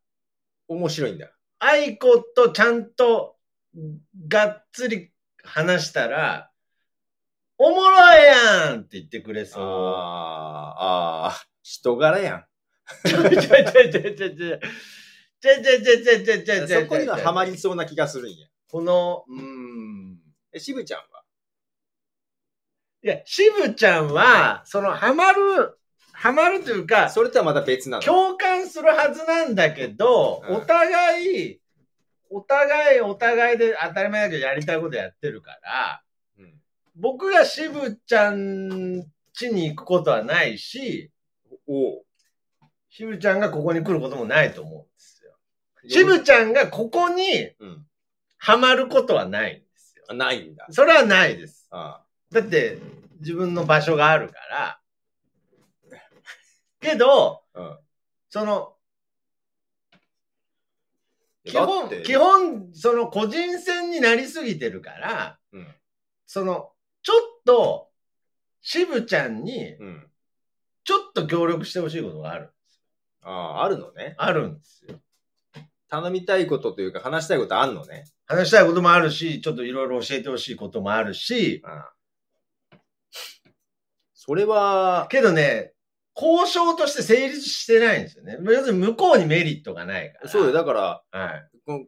Speaker 2: 面白いんだ。
Speaker 1: アイコとちゃんとがっつり話したら、おもろいやんって言ってくれ
Speaker 2: あー
Speaker 1: そう。
Speaker 2: あー、人柄やん。
Speaker 1: ちょいちょいちょいちょいちょいちょい。ちょいちょいちょいちょいちょいちょいちょい
Speaker 2: そこにはハマりそうな気がするんや。
Speaker 1: この、うーん。
Speaker 2: え、しぶちゃんはい
Speaker 1: や、しぶちゃんは、その、ハマる、ハマるというか、
Speaker 2: それとはまた別なの。
Speaker 1: 共感するはずなんだけど、
Speaker 2: うん
Speaker 1: お互い、お互い、お互いで当たり前だけどやりたいことやってるから、
Speaker 2: うん
Speaker 1: 僕がしぶちゃん家に行くことはないし、
Speaker 2: おう
Speaker 1: しぶちゃんがここに来ることもないと思うんですよ。し
Speaker 2: しぶ
Speaker 1: ぶちゃんがここに
Speaker 2: うん。
Speaker 1: はまることはないんですよ。
Speaker 2: あないんだ。
Speaker 1: それはないです。
Speaker 2: あ
Speaker 1: だって、自分の場所があるから。けど、
Speaker 2: あうん。
Speaker 1: その、基
Speaker 2: だっ
Speaker 1: 本
Speaker 2: て、
Speaker 1: 基本、その個人戦になりすぎてるから、
Speaker 2: うん。
Speaker 1: その、ちょっと、しぶちゃんに、
Speaker 2: うん。
Speaker 1: ちょっと協力してほしいことがある。
Speaker 2: ああ、あるのね。
Speaker 1: あるんですよ。
Speaker 2: 頼みたいことというか話したいことあんのね。
Speaker 1: 話したいこともあるし、ちょっといろいろ教えてほしいこともあるし、
Speaker 2: うん。それは、
Speaker 1: けどね、交渉として成立してないんですよね。要するに向こうにメリットがないから。
Speaker 2: そうだよ。だから、
Speaker 1: はい。
Speaker 2: こう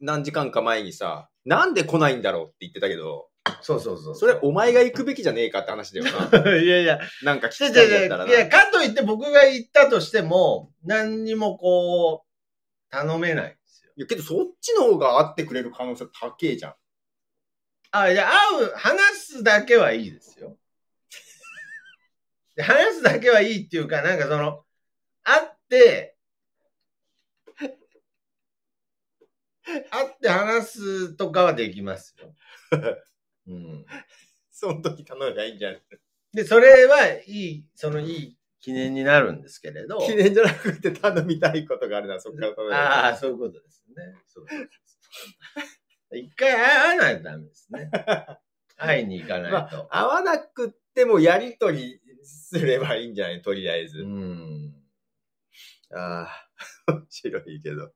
Speaker 2: 何時間か前にさ、なんで来ないんだろうって言ってたけど、
Speaker 1: そうそうそう。
Speaker 2: それお前が行くべきじゃねえかって話だよ な。
Speaker 1: いやいや、
Speaker 2: なんか来
Speaker 1: い
Speaker 2: て
Speaker 1: や
Speaker 2: たん
Speaker 1: い
Speaker 2: だ
Speaker 1: や
Speaker 2: ったら
Speaker 1: い
Speaker 2: な。
Speaker 1: や、かといって僕が行ったとしても、何にもこう、頼めないんですよ。
Speaker 2: いやけどそっちの方が会ってくれる可能性高えじゃん。
Speaker 1: あ、いや、会う、話すだけはいいですよ。で話すだけはいいっていうか、なんかその、会って、会って話すとかはできますよ。 うん。
Speaker 2: その時頼めばいいんじゃん。
Speaker 1: で、それはいい、そのいい記念になるんですけれど。
Speaker 2: 記念じゃなくて頼みたいことがあるならそっから頼めばいい
Speaker 1: ああ、そういうことですね。そうそうそう一回会わないとダメです ね。会いに行かないと。
Speaker 2: 会わなくってもやりとりすればいいんじゃないとりあえず。
Speaker 1: うん。
Speaker 2: ああ、 面白いけど。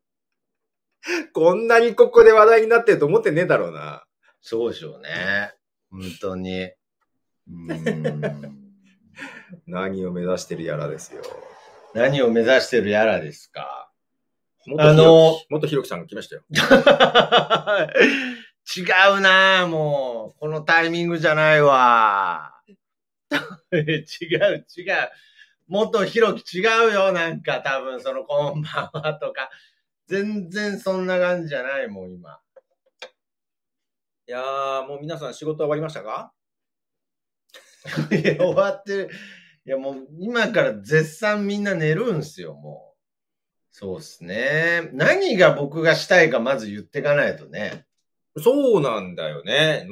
Speaker 2: こんなにここで話題になってると思ってねえだろうな。
Speaker 1: そうでしょうね。本当に。うん。
Speaker 2: 何を目指してるやらですよ。
Speaker 1: 何を目指してるやらですか。あ
Speaker 2: あの、
Speaker 1: の、
Speaker 2: 元ひろきさんが来ましたよ。
Speaker 1: 違うなもう。このタイミングじゃないわ。 違う、違う。もっと広き違うよ、なんか、多分、その、こんばんはとか。全然そんな感じじゃない、もん今。
Speaker 2: いやー、もう皆さん仕事終わりましたか
Speaker 1: いや、終わってる。いや、もう、今から絶賛みんな寝るんすよ、もう。そうっすね。何が僕がしたいか、まず言ってかないとね。
Speaker 2: そうなんだよね。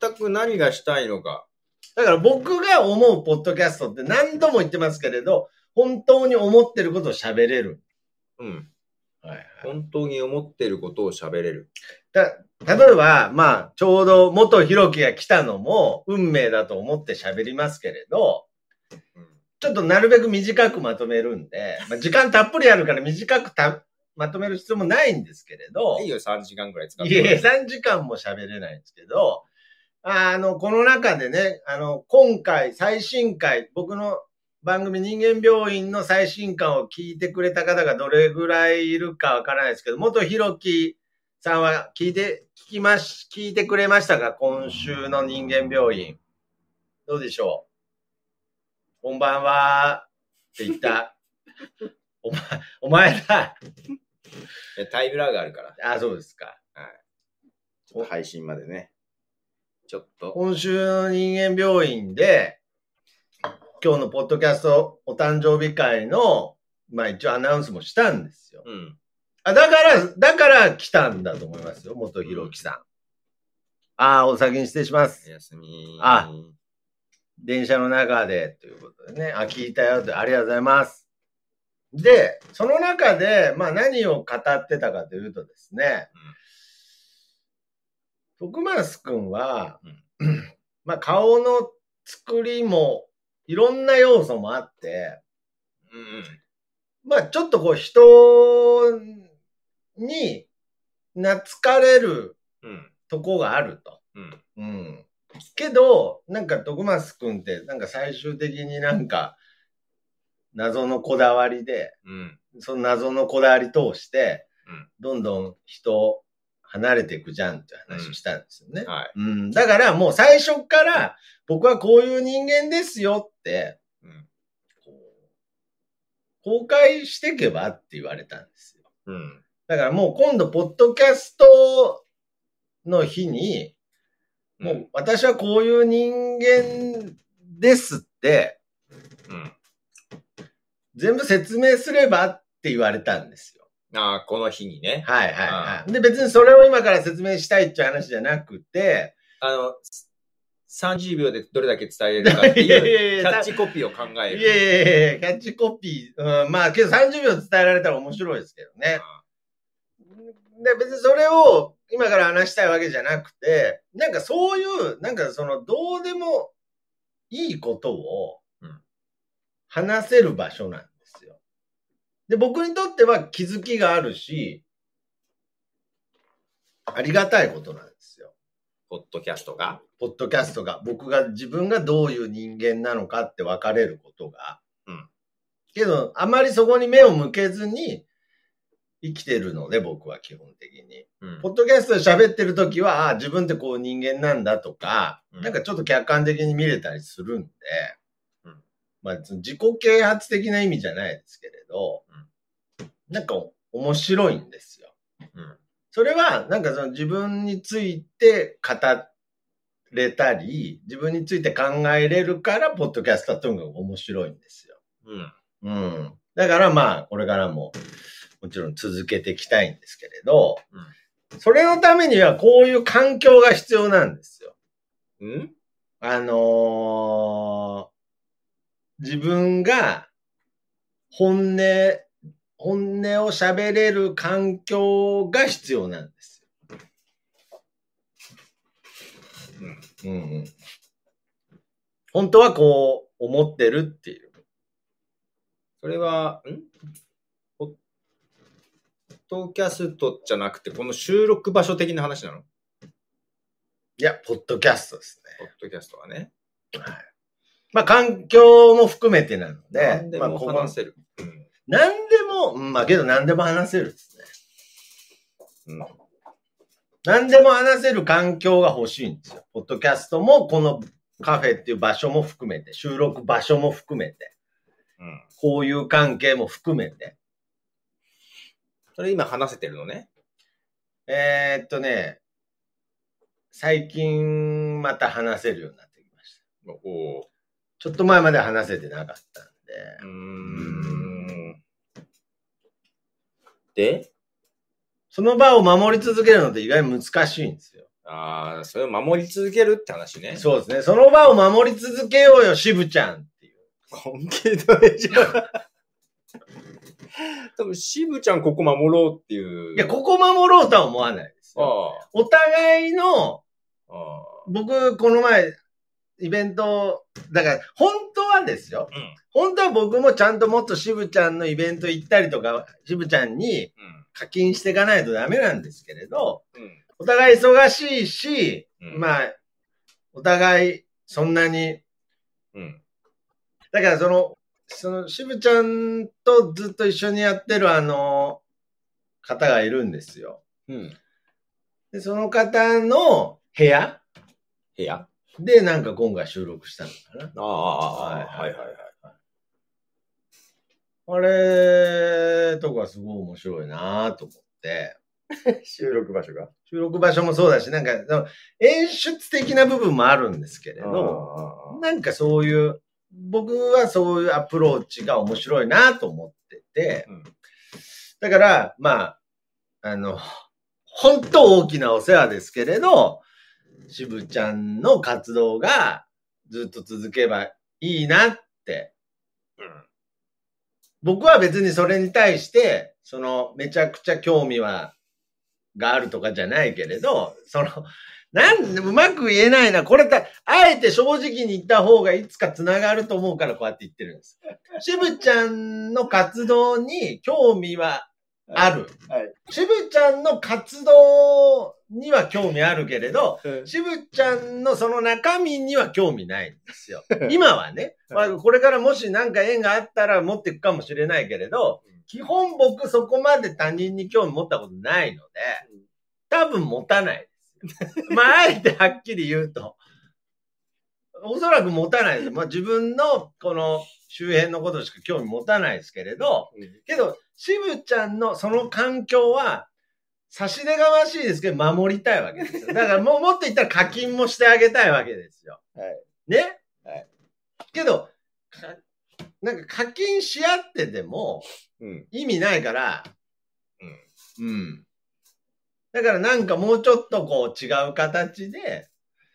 Speaker 2: 全く何がしたいのか。
Speaker 1: だから僕が思うポッドキャストって何度も言ってますけれど、本当に思ってることを喋れる。
Speaker 2: うん。
Speaker 1: はいはい。
Speaker 2: 本当に思ってることを喋れる。
Speaker 1: だ例えば、まあ、ちょうど元弘樹が来たのも運命だと思って喋りますけれど、
Speaker 2: うん
Speaker 1: ちょっとなるべく短くまとめるんで、まあ、時間たっぷりあるから短くたまとめる必要もないんですけれど、
Speaker 2: いいよ、3時間ぐらい使っ
Speaker 1: いやいや、
Speaker 2: て。
Speaker 1: 3時間も喋れないんですけど、あの、この中でね、あの、今回、最新回、僕の番組人間病院の最新回を聞いてくれた方がどれぐらいいるかわからないですけど、元弘樹さんは聞いて、聞きまし、聞いてくれましたか今週の人間病院。どうでしょうこんばんはって言った。お前、お前だ。
Speaker 2: えタイムラグあるから。
Speaker 1: あ、そうですか。
Speaker 2: ちょっと配信までね。ちょっと。
Speaker 1: 今週の人間病院で、今日のポッドキャストお誕生日会の、まあ一応アナウンスもしたんですよ。
Speaker 2: うん。
Speaker 1: あだから、だから来たんだと思いますよ、元ひろきさん。ああ、お先に失礼します
Speaker 2: お。やすみ。
Speaker 1: あ電車の中でということでね、あ、聞いたよって、ありがとうございます。で、その中で、まあ何を語ってたかというとですね、徳松くんは、 まあ顔の作りもいろんな要素もあって、
Speaker 2: うんうん。
Speaker 1: まあちょっとこう人に懐かれる
Speaker 2: うん。
Speaker 1: とこがあると。
Speaker 2: うん。
Speaker 1: うん。けど、なんか、徳松くんって、なんか最終的になんか、謎のこだわりで、
Speaker 2: うん。
Speaker 1: その謎のこだわり通して
Speaker 2: うん、
Speaker 1: どんどん人離れていくじゃんって話をしたんですよね。
Speaker 2: はい。
Speaker 1: うん。だからもう最初から、僕はこういう人間ですよって、
Speaker 2: うん。
Speaker 1: こう公開してけばって言われたんですよ。
Speaker 2: うん。
Speaker 1: だからもう今度、ポッドキャストの日に、もう、私はこういう人間ですって、
Speaker 2: うん。
Speaker 1: 全部説明すればって言われたんですよ。
Speaker 2: ああ、この日にね。
Speaker 1: はいはいはい。で、別にそれを今から説明したいっていう話じゃなくて、
Speaker 2: あの、す30秒でどれだけ伝えれるかっていう、
Speaker 1: い
Speaker 2: キャッチコピーを考え
Speaker 1: いや
Speaker 2: る。
Speaker 1: いやいや、キャッチコピー。うん、まあ、けど30秒伝えられたら面白いですけどね。で、別にそれを今から話したいわけじゃなくて、なんかそういう、なんかその、どうでもいいことを
Speaker 2: うん
Speaker 1: 話せる場所なんですよ。で、僕にとっては気づきがあるし、ありがたいことなんですよ。
Speaker 2: ポッドキャストが。
Speaker 1: ポッドキャストが、僕が自分がどういう人間なのかって分かれることが。
Speaker 2: うん
Speaker 1: けど、あまりそこに目を向けずに、生きてるので、僕は基本的に。
Speaker 2: うん
Speaker 1: ポッドキャストで喋ってる時は、あ自分ってこう人間なんだとか、
Speaker 2: うん
Speaker 1: なんかちょっと客観的に見れたりするんで、
Speaker 2: うん
Speaker 1: まあその自己啓発的な意味じゃないですけれど、なんか面白いんですよ。
Speaker 2: うん
Speaker 1: それは、なんかその自分について語れたり、自分について考えれるから、ポッドキャストはとにかく面白いんですよ。
Speaker 2: うん。
Speaker 1: うん。だからまあ、これからも、もちろん続けていきたいんですけれど、それのためにはこういう環境が必要なんですよ。
Speaker 2: うん
Speaker 1: あのー自分が本音、本音を喋れる環境が必要なんですよ。うんうん。本当はこう思ってるっていう。
Speaker 2: それは、んポッドキャストじゃなくて、この収録場所的な話なの
Speaker 1: いや、ポッドキャストですね。
Speaker 2: ポッドキャストはね。
Speaker 1: まあ、環境も含めてなので、
Speaker 2: 何で
Speaker 1: まあ、
Speaker 2: も
Speaker 1: ここ
Speaker 2: 話せる。うん
Speaker 1: 何でも、うんまあけど何でも話せるですね。
Speaker 2: うん
Speaker 1: 何でも話せる環境が欲しいんですよ。ポッドキャストも、このカフェっていう場所も含めて、収録場所も含めて、
Speaker 2: うん。
Speaker 1: 交友関係も含めて。
Speaker 2: それ今話せてるのね。
Speaker 1: えー、っとね、最近また話せるようになってきました。
Speaker 2: おお
Speaker 1: ちょっと前まで話せてなかったんで。
Speaker 2: ー。うーん。で
Speaker 1: その場を守り続けるのって意外に難しいんですよ。
Speaker 2: ああ、それを守り続けるって話ね。
Speaker 1: そうですね。その場を守り続けようよ、しぶちゃんっていう。
Speaker 2: 関係 ないじゃん。多分、渋ちゃんここ守ろうっていう。
Speaker 1: いや、ここ守ろうとは思わないですよ。
Speaker 2: あ
Speaker 1: お互いの、
Speaker 2: あ。あ
Speaker 1: 僕、この前、イベント、だから、本当はですよ。
Speaker 2: あ。うん。
Speaker 1: 本当は僕もちゃんともっと渋ちゃんのイベント行ったりとか、渋ちゃんに課金していかないとダメなんですけれど、
Speaker 2: うん。うん。
Speaker 1: お互い忙しいし、
Speaker 2: うん
Speaker 1: まあ、お互いそんなに
Speaker 2: うん。
Speaker 1: だからその、その、渋ちゃんとずっと一緒にやってるあの、方がいるんですよ。
Speaker 2: うん。
Speaker 1: で、その方の部屋
Speaker 2: 部屋
Speaker 1: でなんか今回収録したのかな。
Speaker 2: ああ
Speaker 1: は
Speaker 2: はいい
Speaker 1: は
Speaker 2: はいい
Speaker 1: は
Speaker 2: はいい。
Speaker 1: あれとかすごい面白いなと思って。
Speaker 2: 収録場所が。
Speaker 1: 収録場所もそうだし、なんかその演出的な部分もあるんですけれど、なんかそういう、僕はそういうアプローチが面白いなと思ってて、
Speaker 2: うん
Speaker 1: だから、まあ、あの、本当大きなお世話ですけれど、渋ちゃんの活動がずっと続けばいいなって、
Speaker 2: うん。
Speaker 1: 僕は別にそれに対して、その、めちゃくちゃ興味は、があるとかじゃないけれど、その、なん、うまく言えないな。これだ、あえて正直に言った方がいつか繋がると思うからこうやって言ってるんです。渋ちゃんの活動に興味はある。
Speaker 2: はい。
Speaker 1: 渋ちゃんの活動には興味あるけれど、渋ちゃんのその中身には興味ないんです よ。今はね、まあ、これからもし何か縁があったら持っていくかもしれないけれど
Speaker 2: うん、
Speaker 1: 基本僕そこまで他人に興味持ったことないので、多分持たないです。まあ、あえてはっきり言うと。おそらく持たないです。まあ、自分のこの周辺のことしか興味持たないですけれど、けど、渋ちゃんのその環境は、差し出がましいですけど、守りたいわけですよ。だからもう、もっと言ったら課金もしてあげたいわけですよ。
Speaker 2: はい。
Speaker 1: ね
Speaker 2: はい。
Speaker 1: けど、かなんか課金し合ってても
Speaker 2: うん。
Speaker 1: 意味ないから、うん。うん。だからなんかもうちょっとこう違う形で、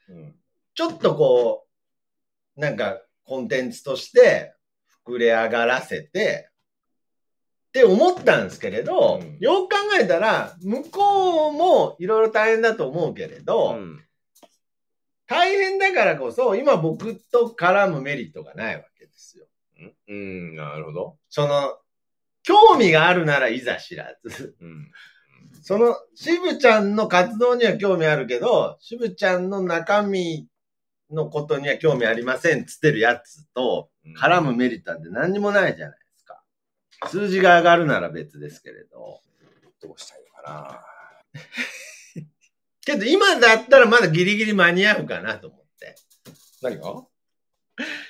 Speaker 2: うん。
Speaker 1: ちょっとこう、なんかコンテンツとして膨れ上がらせて、って思ったんですけれど、
Speaker 2: うん
Speaker 1: よく考えたら、向こうもいろいろ大変だと思うけれど、
Speaker 2: うん。
Speaker 1: 大変だからこそ、今僕と絡むメリットがないわけですよ。
Speaker 2: うん。なるほど。
Speaker 1: その、興味があるならいざ知らず。
Speaker 2: うん。
Speaker 1: その、しぶちゃんの活動には興味あるけど、しぶちゃんの中身のことには興味ありませんっつってるやつと、絡む。メリットなんて何にもないじゃないですか。数字が上がるなら別ですけれど。
Speaker 2: どうしたらいいのか
Speaker 1: けど今だったらまだギリギリ間に合うかなと思って。
Speaker 2: な。何が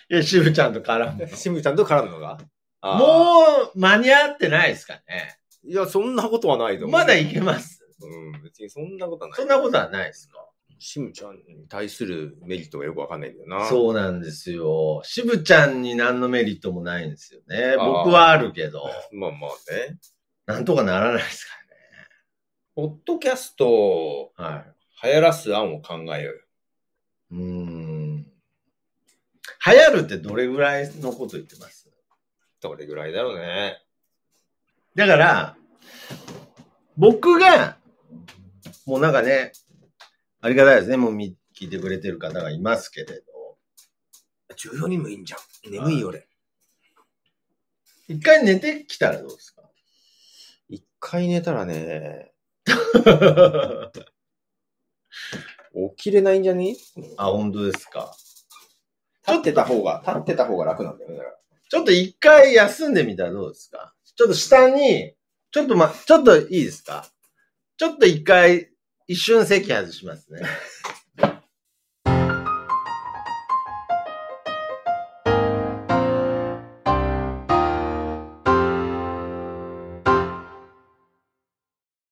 Speaker 1: いや、渋ちゃんと絡む。
Speaker 2: シムちゃんと絡むのがあー
Speaker 1: もう間に合ってないですかね。
Speaker 2: いや、そんなことはないと思う。
Speaker 1: まだいけます。
Speaker 2: うん、別にそんなことはない。
Speaker 1: そんなことはないですか。
Speaker 2: シムちゃんに対するメリットがよくわかんないんだよな。
Speaker 1: そうなんですよ。渋ちゃんに何のメリットもないんですよね。
Speaker 2: あー
Speaker 1: 僕はあるけど、
Speaker 2: まあまあね。
Speaker 1: なんとかならないですか
Speaker 2: ポッドキャストを
Speaker 1: ね。はい。
Speaker 2: 流行らす案を考えようよ。
Speaker 1: うーん。流行るってどれぐらいのこと言ってます
Speaker 2: どれぐらいだろうね。
Speaker 1: だから、僕が、もうなんかね、ありがたいですね。もうみ聞いてくれてる方がいますけれど。
Speaker 2: 14人もいいんじゃん。
Speaker 1: 眠いよ
Speaker 2: 俺。
Speaker 1: 一回寝てきたらどうですか
Speaker 2: 一回寝たらね、起きれないんじゃね
Speaker 1: あ、本当ですか。
Speaker 2: 立ってた方が、立ってた方が楽なんだよね。だから
Speaker 1: ちょっと一回休んでみたらどうですかちょっと下に、ちょっとま、ちょっといいですかちょっと一回、一瞬席外しますね。